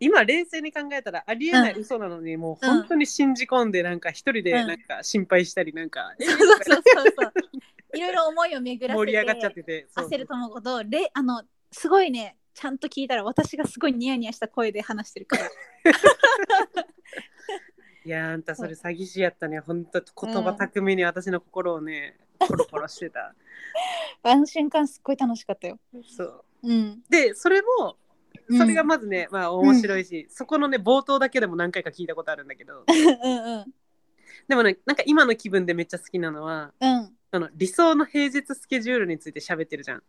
今冷静に考えたらありえない
うん
嘘なのに、もう
うん
本当に信じ込んでなんか一人で
うん
なんか心配したりなんか、
*laughs*
え
そうそうそう *laughs* そう。いろいろ思いを巡らせて
盛り上がっちゃっててそう
焦るともことれあのすごいねちゃんと聞いたら私がすごいニヤニヤした声で話してるから
いやーあんたそれ詐欺師やったね本当言葉巧みに私の心を
*laughs*
ね、コロコロしてた
*laughs* あの瞬間すっごい楽しかったよ。
そう
うん、
でそれもそれがまずね、まあ面白いし、そこのね冒頭だけでも何回か聞いたことあるんだけど
うんうん
でもねなんか今の気分でめっちゃ好きなのは
うん
あの理想の平日スケジュールについて喋ってるじゃん。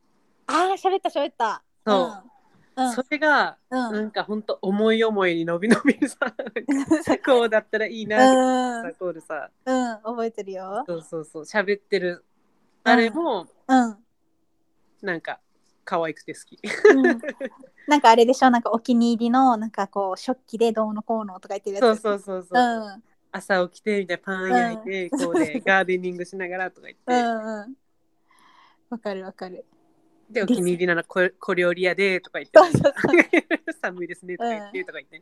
ああ喋った喋った
そうそれが
んう
なんんか本当思い思いに伸び伸びにさこうだったらいいなっ
う
て
ん *laughs*
さこうでさ
うん覚えてるよ
そうそうそう喋ってるあれも
うん、
なんか可愛くて好き
うん、なんかあれでしょなんかお気に入りのなんかこう食器でどうのこうのとか言ってるやつ
そうそうそうそう、
うん
朝起きてみたいなパン焼いて、
うん
こうでガーデニングしながらとか言
う
って、
んうんわかるわかる
でお気に入りなら小小料理屋でとか言
そう
っ
そうそう
て *laughs* 寒いですねとか言って、とか言って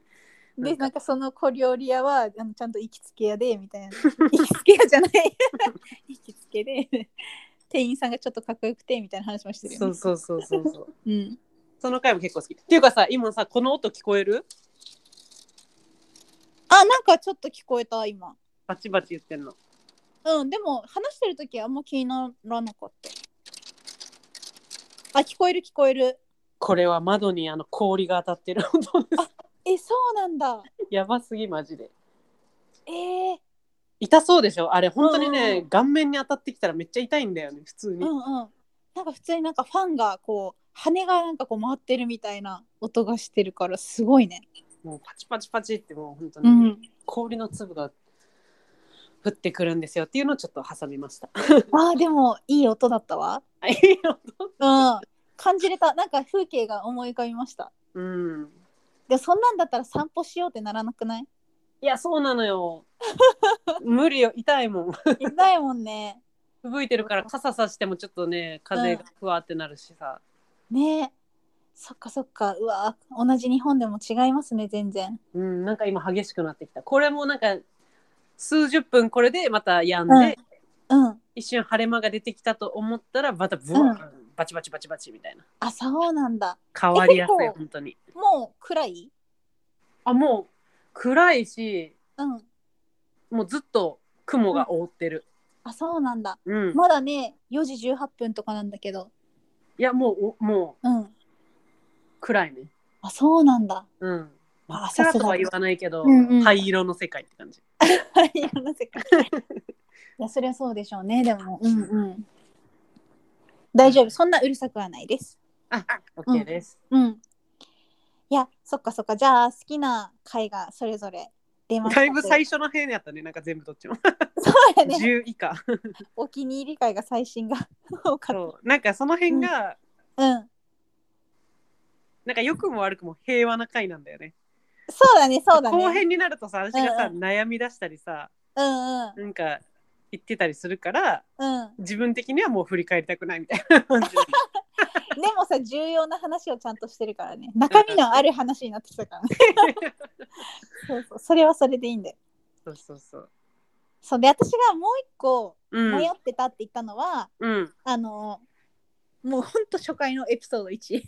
でなんかその小料理屋はあのちゃんと行きつけ屋でみたいな *laughs* 行きつけ屋じゃない *laughs* 行きつけで店員さんがちょっとかっこよくてみたいな話もしてるよ、
そ
ね
う、そうそうそうそう
うん
その回も結構好きっていうかさ今さこの音聞こえる
あなんかちょっと聞こえた今
バチバチ言ってんの
うんでも話してる時はあんま気にならなかったあ聞こえる聞こえる
これは窓にあの氷が当たってる音です
えそうなんだ
*laughs* やばすぎマジで
えー、
痛そうでしょあれ本当に
うんうん
ね、
うん
顔面に当たってきたらめっちゃ痛いんだよね普通に、
うんうんなんか普通になんかファンがこう羽がなんかこう回ってるみたいな音がしてるからすごいね
もうパチパチパチってもう本当
う
に、
ん
氷の粒が降ってくるんですよっていうのをちょっと挟みました
あーでもいい音だったわ
いい音
うん、感じれたなんか風景が思い浮かびました
*laughs* うん
でもそんなんだったら散歩しようってならなくない
いやそうなのよ *laughs* 無理よ痛いもん
痛いもん *laughs* ね
吹雪いてるから傘さしてもちょっとね風がふわってなるしさ、
ねそっかそっかうわ同じ日本でも違いますね全然
うんなんか今激しくなってきたこれもなんか数十分これでまたやんで、
うんうん
一瞬晴れ間が出てきたと思ったらまたブワーン、
うん
バチバチバチバチみたいな
あそうなんだ
変わりやす
え
い
結構
本当に
もう暗い
あもう暗いし
うん
もうずっと雲が覆ってる、
あそうなんだ
うん
まだね4時18分とかなんだけど
いやもうおも
うん
う暗いね
あそうなんだ
うん真
あ
っ暗と
さすが
は言わないけど、
うんうん
灰色の世界って感じ
はいなぜ
*laughs*
かいやそりゃそうでしょうねでもうんうん大丈夫そんなうるさくはないです
あ
うん
OK です、
うん。いや、そっかそっか。じゃあ、好きな回がそれぞれ出ました
だ
と
いぶ最
初
初の辺やったねなんか全部どっちも
だね。
10以下
お気に入り回が最新が *laughs* 多かっ
そうなんかその辺が、
た。うん。
なんか良くも悪くも平和な回なんだよね
そうだね、そうだね。
後編になるとさ私がさ、
う
悩み出したりさ
うんうん。
なんか言ってたりするから
うん。
自分的にはもう振り返りたくないみたい
*laughs*
な感じ
でもさ、重要な話をちゃんとしてるからね。中身のある話になってきたからね。
*laughs*
そうそう。それはそれでいいんだよ。
そうそうそう。
そうで、私がもう一個
うん。
迷ってたって言ったのは、
うん。
あの、もうほんと初回のエピソード1。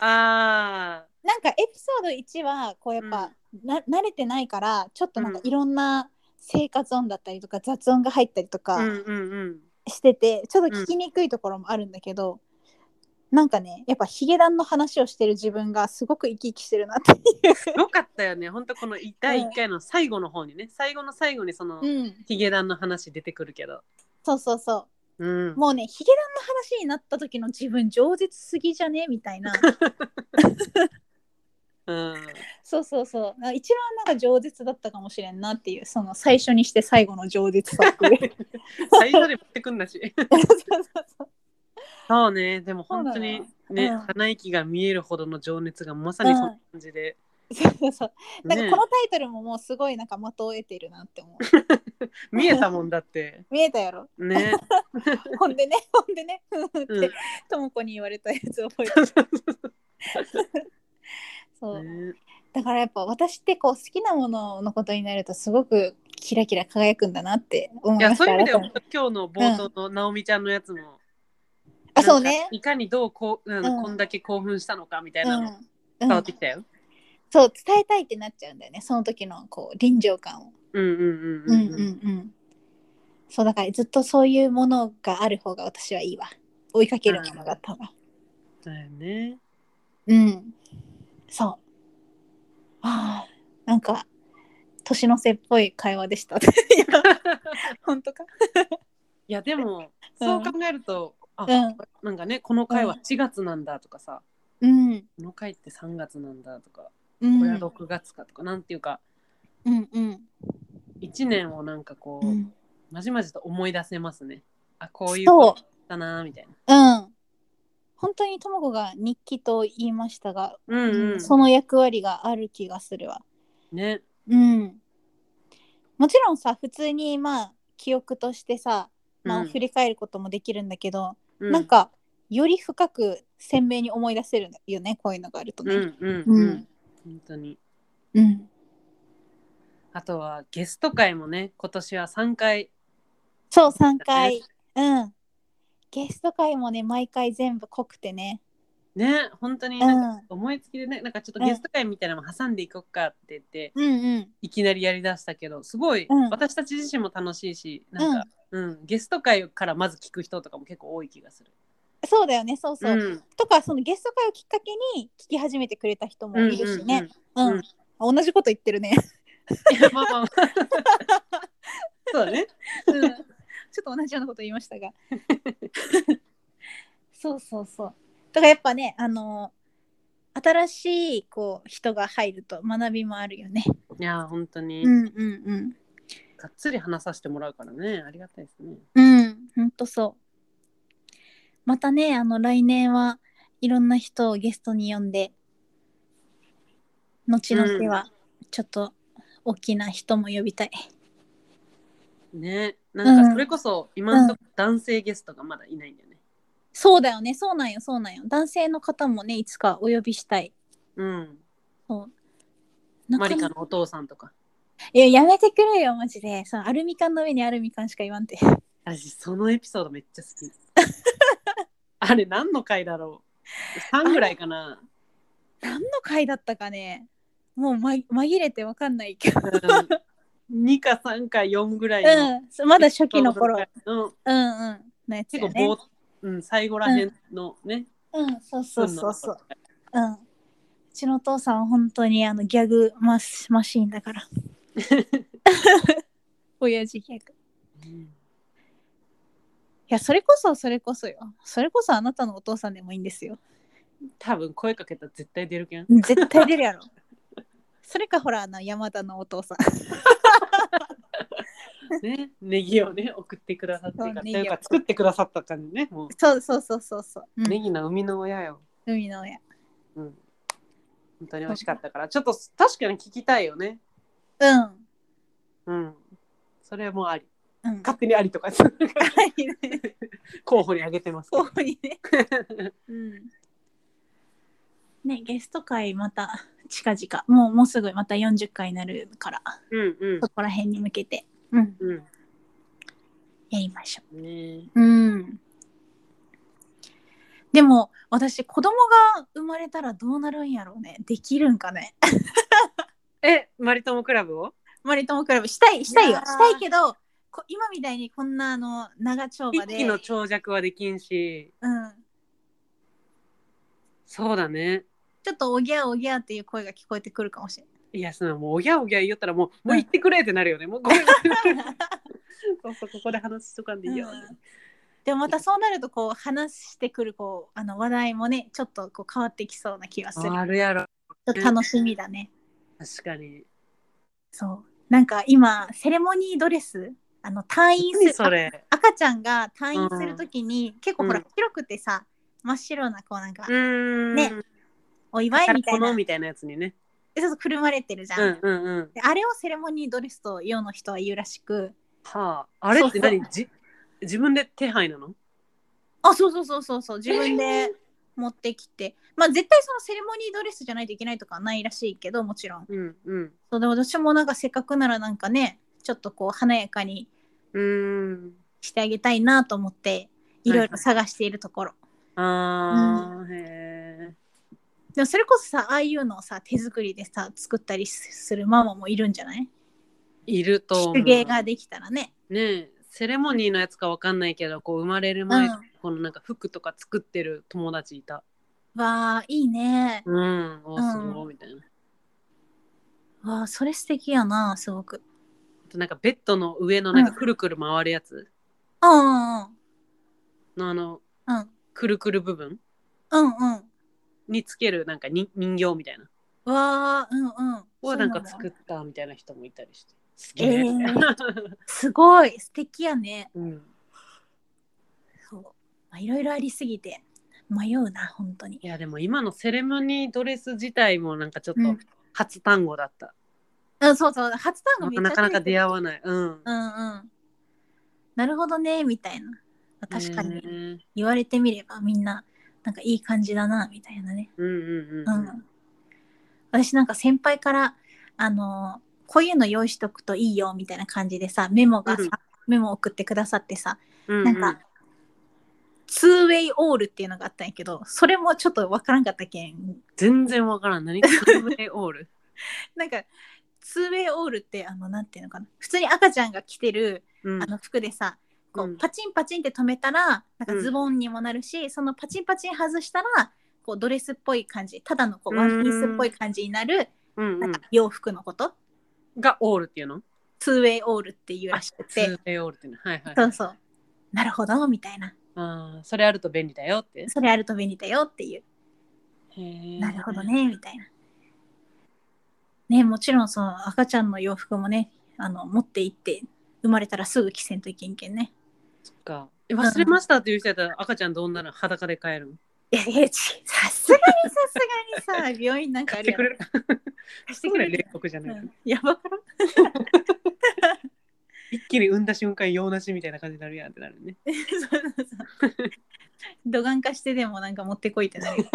ああ。
*laughs* なんかエピソード1はこうやっぱ、な慣れてないからちょっとなんか
うん
いろんな生活音だったりとか雑音が入ったりと
うん
か
うんうん。
してて、ちょっと聞きにくいところもあるんだけど、なんかねやっぱヒゲダンの話をしてる自分がすごく生き生きしてるなってい
*laughs*
う。
よかったよね本当このい第1回の最後の方にね最後の最後にその
うん、
ヒゲダンの話出てくるけど
そうそうそう
うん
もうねヒゲダンの話になった時の自分饒舌すぎじゃねみたいな
うん
そうそうそう一番なんか饒舌だったかもしれんなっていうその最初にして最後の饒舌さっていう
最初で持ってくんなし
そうそうそう
そうねでも本当にね、
うん
鼻息が見えるほどの情熱がまさにそんな感じで、
そうそうそうなん
ね
かこのタイトルももうすごいなんか的を得てるなって思う
見えたもんだって
見えたやろ *laughs*
ね
ほんでねほんでねふふって
うん
ともこに言われたやつ覚え
*laughs*
てるそう、
ね
だからやっぱ私ってこう好きなもののことになるとすごくキラキラ輝くんだなって思い
い
ま
や
した
そういう意味では
改めて
今日の冒頭の直美ちゃんのやつも、
あそうね
なんかいかにどうこう、うん
うん
こんだけ興奮したのかみたいなの
う
伝
んうん
わってきたよ。
そう伝えたいってなっちゃうんだよねその時のこう臨場感を。
うんうん
う
うんん
うんうん、そうだからずっとそういうものがある方が私はいいわ追いかけるものだったわ。
だよね。 *laughs*
うん、そう。ああなんか年の瀬っぽい会話でした。い *laughs* や本当か、
いやでも
うん
そう考えると、あ
うん、
なんかねこの回は4月なんだとかさ、
うん
この回って3月なんだとか
うん
これは6月かとか、なんていうか
うんうん
1年をなんかこう、
うん
まじまじと思い出せますね。あこういう
そう
ことだなみたいな。
うん本当にともこが日記と言いましたが、
うんうん。
その役割がある気がするわ。
ね。
うん、もちろんさ普通にまあ記憶としてさ、まあ、
うん
振り返ることもできるんだけど、
う
なん、かより深く鮮明に思い出せるよねこういうのがあると
う
ね。
んうんうん。
うん
本当に。
うん
あとはゲスト会もね今年は3回
そう3回、うん、ゲスト会もね毎回全部濃くてね。
ね本当に
うん、う
なんか
ん
思いつきでねなんかちょっと
うん
ゲスト会みたいなのも挟んでいこうかって言って、
うん
いきなりやりだしたけどすごい、
うん
私たち自身も楽しいしなんか、うんゲスト会からまず聞く人とかも結構多い気がする。
そうだよねそうそう。
うん
とかそのゲスト会をきっかけに聞き始めてくれた人もいるしね。
うんうんうん
うんあ同じこと言ってるね。
いやまあまあまあ
*laughs*
そうだね。
うん *laughs* ちょっと同じようなこと言いま
*laughs*
したが。そうそうそう。だからやっぱね、あの新しいこう人が入ると学びもあるよね。
いや本当に、
うんうん
がっつり話させてもらうからねありがたいですね。
うん。うん、ほんとそう。またね、あの来年はいろんな人をゲストに呼んで、後々はちょっと大きな人も呼びたい。
ねなん
う
か
ん
それこそ今のとこ男性ゲストがまだいないんだよね。
そうだよね、そうなんよ、そうなんよ。男性の方もね、いつかお呼びしたい。
うん。
そう。な
マ
か
リ
な
カ
か
のお父さんとか。
いや、やめてくれよ、マジで。そのアルミ缶の上にアルミ缶しか言わんて。 *laughs*
私そのエピソードめっちゃ好きあれ何の回だろう3ぐらいかな、
何の回だったかね。もう、ま、紛れてわかんないけど。
うん、2か3か4ぐらいの、
うんそう、まだ初期の頃。
うん
うんうん。のやつ
結
よ
構
ね
ぼ。ーうん、最後らへんのね、
うん、そうそうそうそう。うん。うちのお父さんは本当にあのギャグマスマシーンだ
*laughs*
から。親父ギャグ。い
うん
や、それこそそれこそよ。それこそあなたのお父さんでもいいんですよ。
多分声かけたら絶対出るけん
絶対出る
*laughs*
やろ。それかほら、あの山田のお父さん。
ねネギをね送ってくださって
そう
か
ネギを
というか作ってくださった感じねもう
そうそうそうそうそう。うん
ネギの生みの親よ、
海の親。
うん、本当に美味しかったからちょっと確かに聞きたいよね
うん。
うんそれもあり
うん。
勝手にありとか *laughs*
はいね。
候補に挙げてますけ
こ
ど
うにね。うん。ね、ゲスト会また近々。もうもうすぐまた40回になるから、
*laughs* うんうん
そこら辺に向けて、うん、
う
やりましょ
んね
う。うん。でも私子供が生まれたらどうなるんやろうねできるんかね
えマリトモクラブを
マリトモクラブしたいしたい
い
よ
やー
したいけどこ今みたいにこんなあの長丁場
一
で
気の長尺はできんし
うん
そうだね。
ちょっとおぎゃおぎゃっていう声が聞こえてくるかもしれ
いや、そのもうおぎゃおぎゃ言ったらもう、
うん
もう行ってくれってなるよね。もう *laughs* ごめん。そう
ない。
そう、ここで話しとかんでいいよ。
うんでもまたそうなるとこう話してくるこうあの話題もねちょっとこう変わってきそうな気がする。
あるやろ。
ちょっと楽しみだね。
確かに。
そうなんか今セレモニードレスあの退院す
何
る
それ。
あ赤ちゃんが退院するときに、結構ほら、
うん
白くてさ真っ白なこうなんか、
うーん。
ねお祝いみたい
宝
な
物みたいなやつにね。
えそうそうくるまれてるじゃん。
うんうんうん。
であれをセレモニードレスと世の人は言うらしく
はあ。あれっ
そ
て
う
何じ自分で手配なの
あそうそうそうそうそう自分で持ってきてまあ絶対そのセレモニードレスじゃないといけないとかはないらしいけどもちろん
うんうん。
そうで私もなんかせっかくならなんかねちょっとこう華やかに
うーん。
してあげたいなと思っていろいろ探しているところ、
あー、へえ。
でもそれこそさああいうのをさ手作りでさ作ったりするママもいるんじゃない
いると思
手
う。
芸ができたらね、
ねえセレモニーのやつかわかんないけど、こう生まれる
う
前、
ん、
このなんか服とか作ってる友達いた。
わあいいね
うん。お
うん
すごいみたいな。
わあそれ素敵やなすごく
あとなんかベッドの上のなんか
うん
くるくる回るやつ
うんうん
のあの
うん
くるくる部分
うんうんうん
につけるなんかに人形みたいな。
わあうんうん
をなんか
そう
作ったみたいな人もいたりして。好き
え
ね。 *laughs*
ーすごい素敵やね
うん。
そうまあいろいろありすぎて迷うな本当に
いやでも今のセレモニードレス自体もなんかちょっと
うん
初単語だった。
うんそうそう初単語めっちゃ
なかなか出会
う
わない。うん。
うんうんなるほどねみたいな確かに
ね
言われてみればみんななんかいい感じだなみたいなね、
うんうん
う
うんん。
私なんか先輩からあのーこういうの用意しとくといいよみたいな感じでさメモがさ、
うん
メモ送ってくださってさ
うん
なんか、ツーウェイオールっていうのがあったんやけどそれもちょっとわからんかったけん
全然わからん。何ツーウェイオール。
なんかツーウェイオールってあのなんていうのかな普通に赤ちゃんが着てる
う
*laughs*
ん
あの服でさ、こ
う
うんパチンパチンって止めたらなんかズボンにもなるし、そのパチンパチン外したらこうドレスっぽい感じただのこうワンピースっぽい感じになる
うんう
なん
ん
か洋服のこと、
がオールっていうの
ツーウェイオールっていうらしく
ツー
て
ウェイオールっていうの。はいはい。
そうそうなるほどみたいな
あーそれあると便利だよって。
それあると便利だよっていう、
な
なるほど。ねみたいなねもちろんその赤ちゃんの洋服もねあの持って行って生まれたらすぐ着せんといけんけんね
そっかえ忘れましたっていう人やったら赤ちゃんどんなの裸で帰るの
いやいやちさすがにさす *laughs* がにさ病院なんかあ
貸し
るや
てく
ろ
れる貸してくれる冷酷じゃ
う
ない、
んやばからん
一気に産んだ瞬間用なしみたいな感じになるやんってなるね。
そうそうそう土眼化してでもなんか持ってこいってなるよ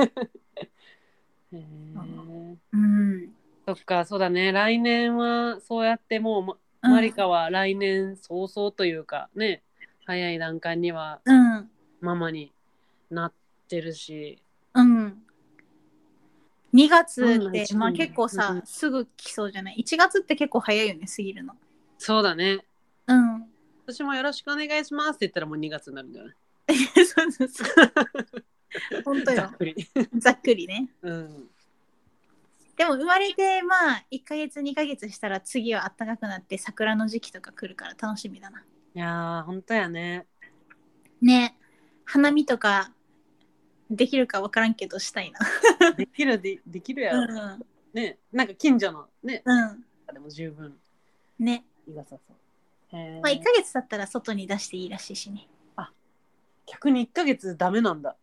へー
うん
そっかそうだね来年はそうやってもうまマリカは来年早々というかね早い段階には
うん
ママになってるし
うん2月
そうな
っ
ん
て
だ、
まあ、結構さ、
うんうん
すぐ来そうじゃない1月って結構早いよね過ぎるの
そうだね
うん
*laughs* 私もよろしくお願いしますって言ったらもう2月になるんじゃない
そうそうそう本当
*laughs*
よ
ざっくり。
ざっくりね
うん
でも生まれてまあ1ヶ月2ヶ月したら次は暖かくなって桜の時期とか来るから楽しみだない
やー本当やね。
ね花見とかできるか分からんけどしたいな。
できるでできるやろ。
うん
ねなんか近所のね
うん
でも十分
ね、
良さそう。へー
まあ、1ヶ月経ったら外に出していいらしいしね。
逆に1ヶ月ダメなんだ。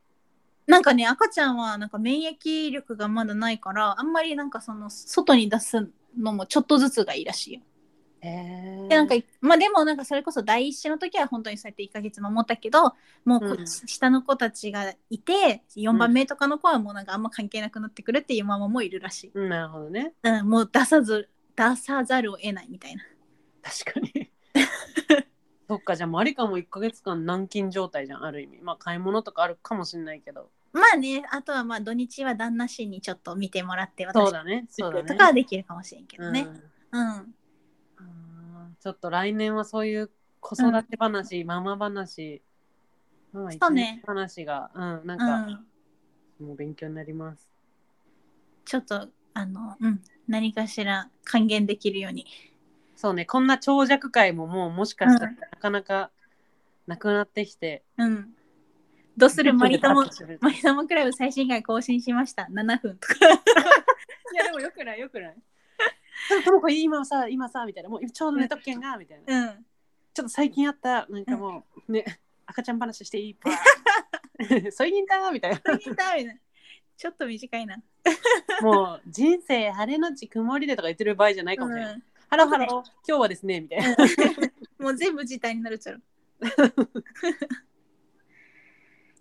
なんかね赤ちゃんはなんか免疫力がまだないからあんまりなんかその外に出すのもちょっとずつがいいらしいよ。
へえ
でなんかまあでもなんかそれこそ第一子の時は本当にそうやって1ヶ月守ったけどもうこ、
うん
下の子たちがいて4番目とかの子はもうなんかあんま関係なくなってくるっていうママもいるらしい。
なるほどね。
うん、もう出さず出さざるを得ないみたいな。
確か *laughs* に。そっかじゃあマリカも1ヶ月間軟禁状態じゃんある意味。まあ買い物とかあるかもしれないけど。
まあね、あとはまあ土日は旦那氏にちょっと見てもらって私
そうだね。そうだ
と
ね。
かはできるかもしれんけどね
う。ん
うん、
あーちょっと来年はそういう子育て話、ママ話、ママ一
そうね
年話が、うん、なん
う
か
ん、
もう勉強になります。
ちょっとあの、うん、何かしら還元できるように
そうね、こんな長尺会ももうもしかしたらなかなかなくなってきて。
うんどうするマリ
*laughs*
トモ
い
マリトモクラブ最新回更新しました7分とか
や、でもよくないよく *laughs* ない。でもともこ今さ、今さ、みたいな、もうちょうど寝とけんが、みたいな。 *laughs*
うん
ちょっと最近あった、なんかもう、ね、赤ちゃん話して *laughs* いい最近だみたいな。
最近だみたいなちょっと短いな
もう、人生晴れのち曇りでとか言ってる場合じゃないかもしれない。
う
ハローハロー、今日はですね、みたいな。
ん、もう全部事態になるちゃう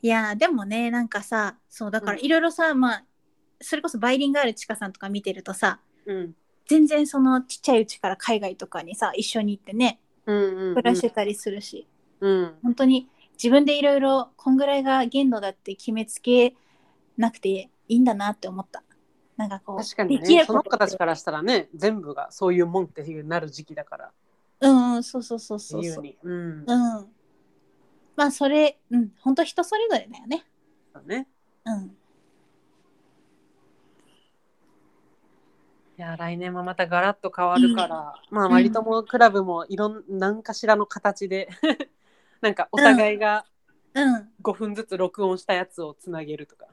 いやーでもねなんかさそうだから
うん
いろいろさ、まあそれこそバイリンガールちかさんとか見てるとさ
うん。
全然そのちっちゃいうちから海外とかにさ一緒に行ってね
うんうん、うん。
暮らしてたりするし、
うん。
本当に自分でいろいろこんぐらいが限度だって決めつけなくていいんだなって思ったなんかこう
確かに
でき
ね、
る
そ
こ
の
と
子たちからしたらね、全部がそういうもんっていうなる時期だから、
うんうんそうそうそうそう
自由
そう
に。うん。
うんまあそれうん本当人それぞれだよね
そうね。
うん
いや、来年もまたガラッと変わるから、まあ、
うん
割ともクラブもいろん、何かしらの形で、 *laughs* なんかお互いが
うん
5分ずつ録音したやつをつなげるとか。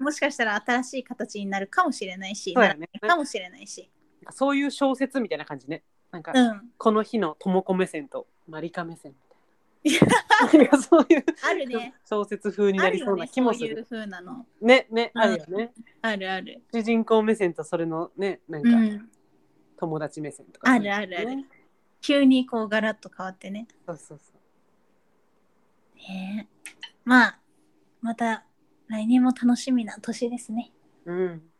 もしかしたら新しい形になるかもしれないし、
そう
な
や
ら
ね。
ないかもしれないし。
なんかそういう小説みたいな感じね。なんか、
うん。
この日のともこ目線とマリカ目線みたいな。なんかそういう
ある *laughs* ね。
小説風に
あ
な
る
りそ
よ
うな
ね。
気
そ
も
う
す
いう
る。
風なの。
ね、ね、
うん
あるよね。
あるある。
主人公目線とそれのね、なん
う
か
ん。
友達目線とか、
あるあるある。
ね
急にこうガラッと変わってね。
そうそうそう。
ねえまあ、また来年も楽しみな年ですね。
うん。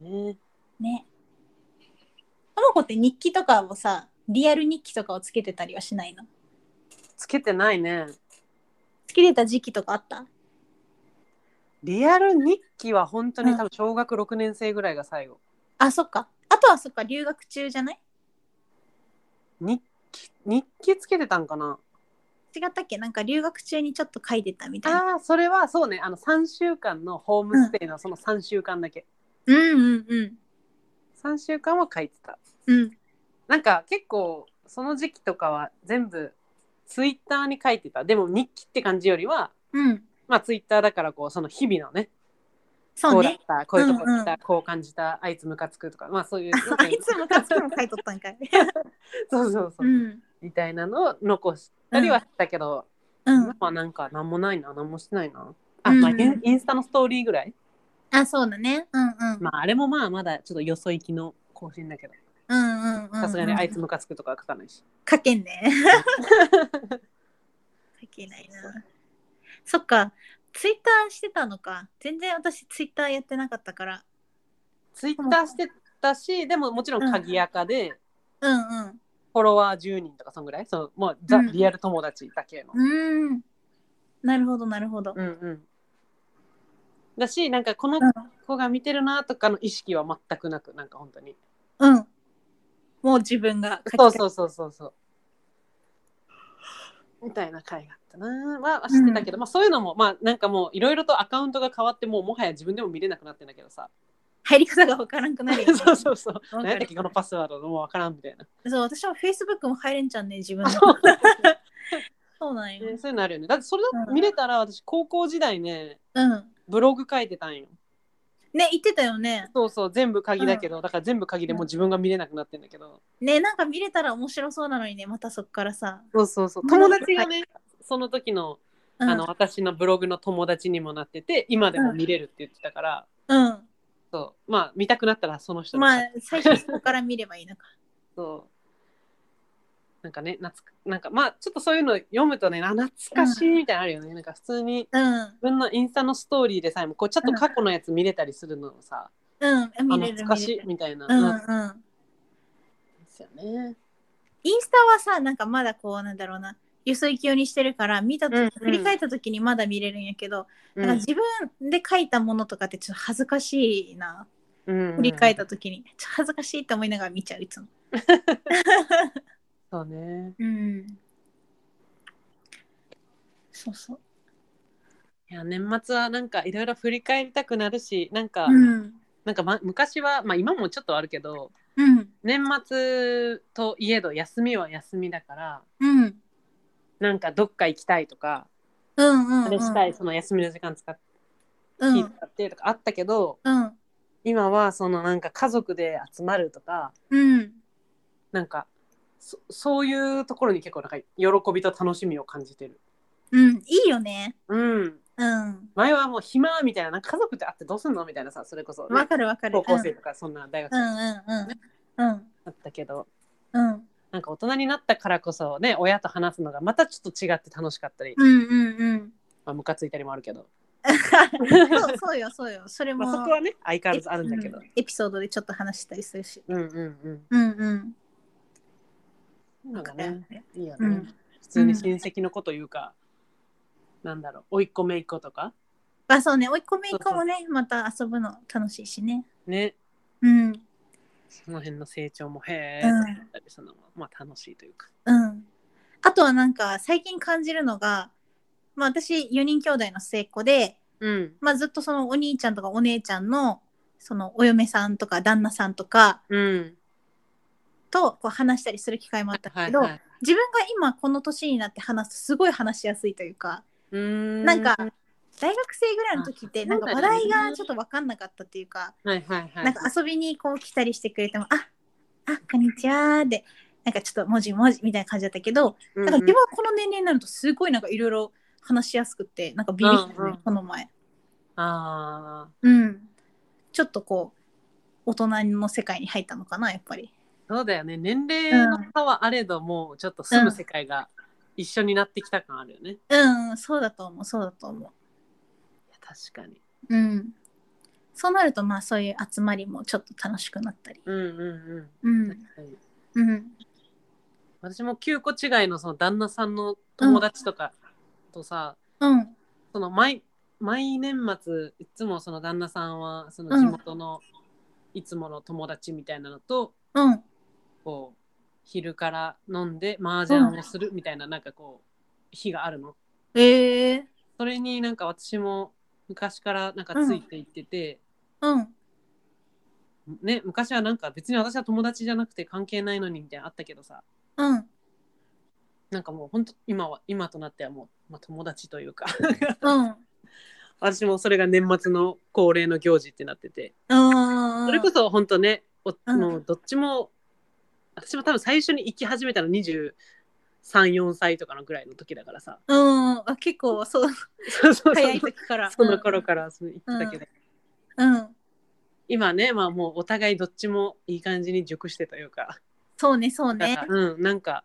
うん。
ね、
ね。ともこって日記とかをさ、リアル日記とかをつけてたりはしないの
つけてないね。
つけてた時期とかあった
リアル日記は本当
うん
に多分小学6年生ぐらいが最後。
あ、そっか。あとはそっか、留学中じゃない
日記、日記つけてたんかな
違ったっけなんか留学中にちょっと書いてたみたいな。
ああ、それはそうね。あの3週間のホームステイのその3週間だけ。
うんうんうん。
3週間は書いてた。
うん。
なんか結構その時期とかは全部ツイッターに書いてた。でも日記って感じよりは、
うん。
まあツイッターだからこうその日々のね、
そ
こ
う
うだっ
ね。
た、こういうとこ行った、
うん
こう感じた、あいつムカつくとか、まあそういう。
あいつムカつくの書いとったんかい。
そうそうそう。
うん。
みたいなのを残したりはしたけど、
うん。
まあなんか何もないな、何もしてないな。あ、
うん
まあインインスタのストーリーぐらい。
あ、そうだね。うんうん。
まああれもまあまだちょっとよそ行きの更新だけど、
うんうんうん。
さすがにあいつムカつくとかは書かないし。
書けんね。
*laughs*
書けないな。そっか。ツイッターしてたのか。全然私ツイッターやってなかったから。
ツイッターしてたし、でももちろん鍵アカで、
うんうん。
フォロワー10人とかそんぐらいそのもうザ、
うん
リアル友達だけの。
うーん。なるほどなるほど。
うんうんだしなんかこの
う
子が見てるなとかの意識は全くなくなんか本当に
ん。うん。もう自分が書き
そう
たい
そうそうそうそうみたいな回があったなははしてたけど、まあそういうのもまあなんかもういろいろとアカウントが変わってもうもはや自分でも見れなくなってんだけどさ
入り方がわからんくなるよね。
*laughs* そうそうそう
わかる
何やったっけこのパスワードもうわからんみたいな、
そう私は Facebook も入れんじゃんね自分の。 *laughs* そうなんよ
ね。そういうのあるよねだってそれだ見れたら私高校時代ね
うん。
ブログ書いてたんよ
ね言ってたよね。
そうそう全部鍵だけど、だから全部鍵でもう自分が見れなくなってんだけど、
ねなんか見れたら面白そうなのにねまたそっからさ、
そうそうそう
うん
友達がね、その時の
うん、
あの私のブログの友達にもなってて今でも見れるって言ってたから、
うん
そうまあ見たくなったらその人の
まあ最初そこから見ればいいのか
そうなんかね懐かなんかまあちょっとそういうの読むとねあ懐かしいみたいなのあるよね、なんか普通に
うん
自分のインスタのストーリーでさえもこうちょっと過去のやつ見れたりするのをさ、
うん
あ
見れる
懐か
見
し
れ
い
る
みたいな、
うんう
な
ん
んですよね
インスタはさなんかまだこうなんだろうなよそ行き用にしてるから見たと、
うんうん
振り返った時にまだ見れるんやけど、
う
なんか
ん
自分で書いたものとかってちょっと恥ずかしいな
うん
振り返った時に、ちょっと恥ずかしいって思いながら見ちゃういつも
そうね
うんそうそう
いや年末はなんかいろいろ振り返りたくなるしなんか、
うん
なんか、ま、昔は、まあ、今もちょっとあるけど
うん
年末といえど休みは休みだから
うん
なんかどっか行きたいとか
うんうん
あれしたい、その休みの時間使って
うん
気使ってとかあったけど、
うん
今はそのなんか家族で集まるとか
うん
なんかそそういうところに結構なんか喜びと楽しみを感じてる。
うんいいよね
うん、
うん
前はもう暇みたいななんか家族ってあってどうすんのみたいなさそれこそ、
わかるわかる
高校生とかそんな大学
う
生
んうんうんうん
だったけど、
うん
なんか大人になったからこそね親と話すのがまたちょっと違って楽しかったり、
うんうんうん
まあ、ムカついたりもあるけど、
そうそうよそうよそれも、
まあ、そこはね相変わらずあるんだけど
う。エピソードでちょっと話したりするし
うんうん
うんうん
うん。なんかね、いいよね、
うん
普通に親戚のこと言うか、なんだろう、甥いっ子姪っ子とか、
あそうね追い込めいこもねまた遊ぶの楽しいしね
ね、
うんうん
その辺の成長もへえ、
うん
だったりするのもまあ楽しいというか。
あとはなんか最近感じるのがまあ私4人兄弟の末っ子で
うん
まあずっとそのお兄ちゃんとかお姉ちゃんのそのお嫁さんとか旦那さんとか
うん。
とこう話したりする機会もあったけど、
はいはい
自分が今この年になって話すとすごい話しやすいというか
うーん
なんか大学生ぐらいの時って
あ
なんか
そ
話
うだよね
題がちょっと分かんなかったっていうか
はいはいはい。
なんか遊びにこう来たりしてくれても「ああこんにちは」でなんかちょっと文字文字みたいな感じだったけど
うん
な
うん
か自分はこの年齢になるとすごいなんかいろいろ話しやすくてなんかビビったね、
うんうん
この前。
ん、ああ、
うん、ちょっとこう大人の世界に入ったのかなやっぱり。
そうだよね。年齢の差はあれども、ちょっと住む世界が一緒になってきた感あるよね。い
うんそうだと思うそうだと思
や確かに。
う。うんそうなるとまあそういう集まりもちょっと楽しくなったり。
うんうん
う
う
ん
ん。確かに
うん
私も9個違いのその旦那さんの友達とかとさ、
うん
その毎毎年末いつもその旦那さんはその地元のいつもの友達みたいなのと、
うん
こう昼から飲んで麻雀をするみたいな、なんかこう日があるの
ええ
それになんか私も昔からなんかついていってて、
うん
ね昔はなんか別に私は友達じゃなくて関係ないのにみたいなのあったけどさ
うん
なんかもう本当今は今となってはもう、まあ、友達というか *laughs*
うん
私もそれが年末の恒例の行事ってなってて
うん
それこそ本当ねお
うん
もうどっちも私も多分最初に行き始めたの234歳とかのぐらいの時だからさ
うんあ結構そう
そうそうそう
早い時から
その頃からそう言ってたけど、
うん、うん
今ねまあもうお互いどっちもいい感じに熟してというか
そうねそう
だ
ね
から *laughs* うんなんか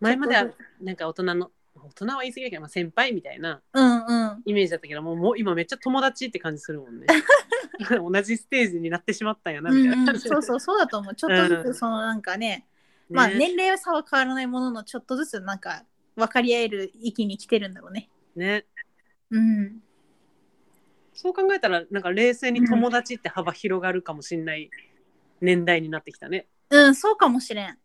前まで
ちょ
は
っ
なんか大人の大人は言い過ぎだけど、まあ、先輩みたいな
うんうん
イメージだったけどもうもう今めっちゃ友達って感じするもんね *laughs* 同じステージになってしまったんやなみたい
う
な
んう
感
ん、
じ
そう
*laughs*
そうそうだと思うちょっと
う
ず
ん
つそのなんかね、まあ年齢差は変わらないもののちょっとずつなんか分かり合える域に来てるんだろうね
ね
うん
そう考えたらなんか冷静に友達って幅広がるかもしれない年代になってきたね。
うんそうかもしれん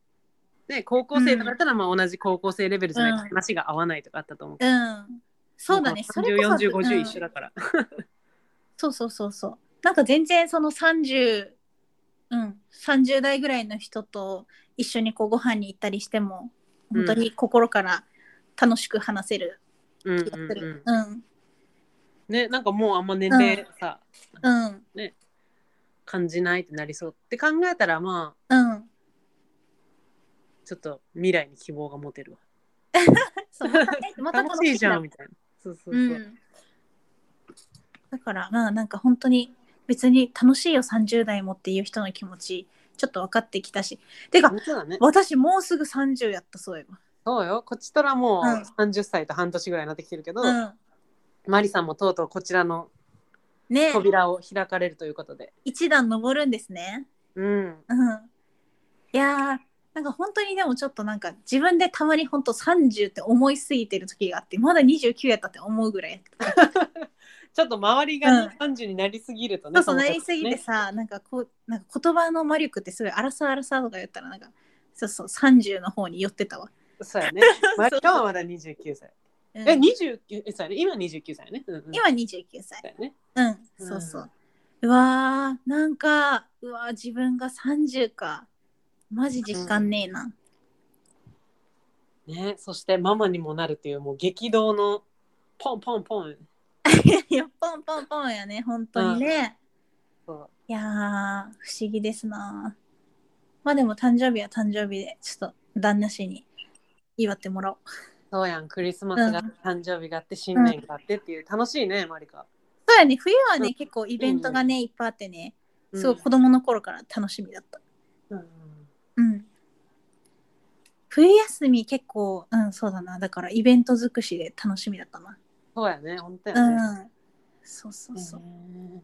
ね高校生とかだったらまあ同じ高校生レベルじゃないと
うん
話が合わないとかあったと思うけど、
うんそうだねそれこそ
304050一緒
うん
だから。
そうそうそうそうなんか全然その30うん30代ぐらいの人と一緒にこうご飯に行ったりしても本当に心から楽しく話せる
うん
気が
うん
する
う
うん
ん、ねなんかもうあんま年齢さ、
うん
感じないってなりそうって考えたらまあ
うん
ちょっと未来に希望が持てるわ。
そうまた
*laughs*
ねまた
楽しいじゃ
だ
んみたいな。そうそうそう。
うんだからまあなんか本当に別に楽しいよ30代もっていう人の気持ちちょっと分かってきたしてか
本当だね。
私もうすぐ30やったそういえば
そうよ。こっちとらも
うん
う30歳と半年ぐらいになってきてるけど、
うん
マリさんもとうとうこちらの
ね
扉を開かれるということで。
一段登るんですね
うん。
うんいやーなんか本当にでもちょっとなんか自分でたまに本当30って思いすぎてる時があってまだ29やったって思うぐらいやった
ちょっと周りが、ね
う
30になりすぎるとね。
そうそう
も
な
もね
りすぎて。さ、なんかこうなんか言葉の魔力ってすごい「あらさあらさ」とか言ったらなんかそうそう30の方に寄ってたわ *laughs*
そうやね。マリカはまだ29歳。
うん
え、29歳ね。今29歳ね。うんうん
今29歳
だよね。
うん、そうそう。うわー、なんか、うわー、自分が30か。マジ実感ねえな。
ね、そしてママにもなるというもう激動のポンポンポン。
*laughs* いや、ポンポンポンやね、本当にね。
そう
いやー、不思議ですな。まあでも誕生日は誕生日で、ちょっと旦那氏に祝ってもらおう。
そうやん、クリスマスがあって、誕生日があって、新年があってっていう、楽しいね、マリカ。
そうやね、冬はね、
うん
結構イベントがね、いっぱいあってね、
うん
すごい子供の頃から楽しみだった。
うん
うん。冬休み結構、うん、そうだな。だからイベント尽くしで楽しみだったな。
そうやね、本当やね。
うん。そうそうそう。
ね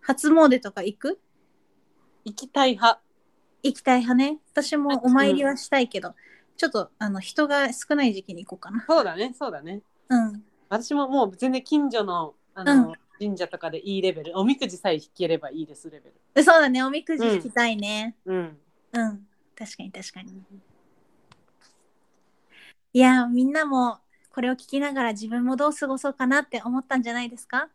初詣とか行く
行きたい派。
行きたい派ね。私もお参りはしたいけど、ちょっとあの人が少ない時期に行こうかな。
そうだね、そうだね。
うん。
私ももう全然近所のあの、
うん
神社とかでいいレベル、おみくじさえ引ければいいですレベル。
でそうだね。おみくじ引きたいね。
うん。
うん。確かに確かに。いやー、みんなもこれを聞きながら自分もどう過ごそうかなって思ったんじゃないですか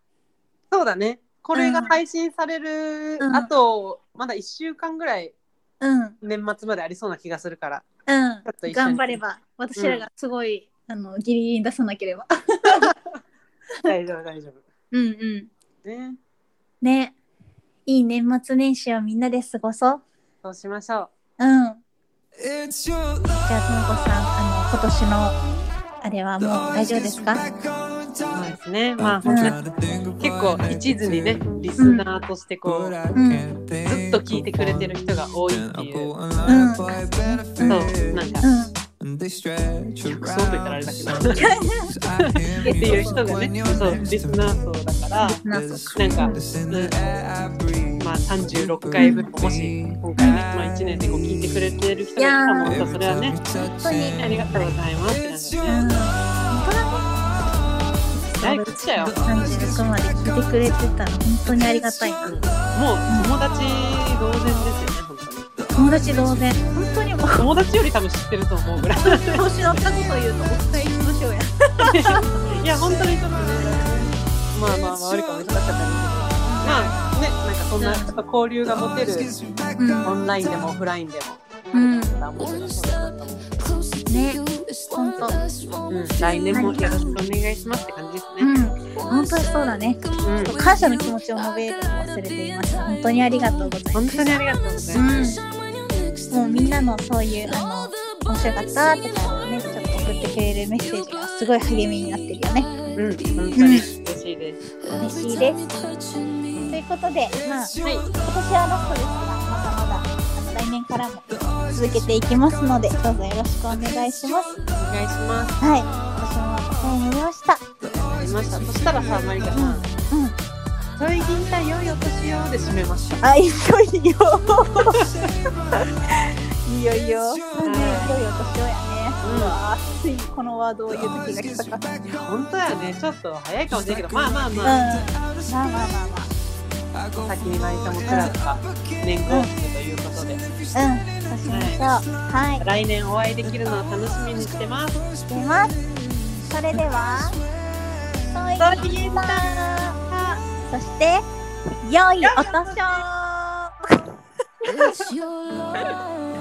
そうだね。これ
う
が
ん
配信される、
うん
あと、まだ1週間ぐらい
うん。うん。
年末までありそうな気がするから。ょっと一緒に
頑張れば、私らがすごい、あのギリギリに出さなければ。
大丈夫、大丈夫。
うんうん。
ね。
ね。いい年末年始をみんなで過ごそう。
そうしましょ
う
う。
ん。
It's your
じ
love.
ゃあ、ともこさん、あの、今年の、あれはもう大丈夫ですか
そうで
か
すね。まあ、
うん
本当に結構一途にね、リスナーとしてこう、
ん
ずっと聞いてくれてる人が多いっていう。そう、なんか、
うん。
客
そうと言ったらあれだけど *laughs*
って
っていう人がね、そう、リスナー層だから、
なそうか。
なんか、うん、まあ36回分、もし今回ね、まあ、1年でこう聞いてくれてる人がいたら、もっとそれはね、
本
当に
ありがとうございますってなんです
う
ね。
ん。
だいぶ来たよ。もう
36まで聞いてくれてたら、本当にありがたいな。
友達同然ですよね、本当に。
友達同然。本当にもう、
友達より多分知ってると思うぐらい。
調子乗ったことを言うと、お伝えしましょうや。
いや、本当にちょっとね、まあまあ、まあ、悪かもしれなかったりまあね、なんかそんな、ちょっと交流が持てる、
Mm.
オンラインでもオフラインでも。
うん。
だもん
ね
you, it's one
ほんと。
less moment
うん、来年もよろしくお願いしますって感じです
う
ね。
ん。本当にそうだね。
うん、
感謝の気持ちを述べるのを忘れていました。本当にありがとうございま
本当にありがとうございます。
す。うん。もうみんなのそういう、あの、面白かったとかね、ちょっと送ってくれるメッセージがすごい励みになってるよね。
うん、本当に嬉しいです。
嬉しいです。ということで、まあ、今年は
はい、
ラストですが、まだまだ来年からも続けていきますので、どうぞよろしくお願いします。
お願いします。わ
はい、私もお世話になりました。
かりました。そしたらさ、マリカさん、
うん。
最近だ良いお年をで締めました。
あ、いいよいいよ。いいよいいよ。うんね、いよいよ年をやね。
うん
うわーついにこのワードを言う時が来たか。
本当やね、ちょっと早いかもしれないけど、まあまあ
うん。
まあ、
まあまあまあま
先にマリカもクラブが年号室ということで、
あ。うん。そうしましょう。はい。
来年お会いできるのを楽しみにしてます。
出ます。それでは、そういえばそして、良いお年を
It's your love.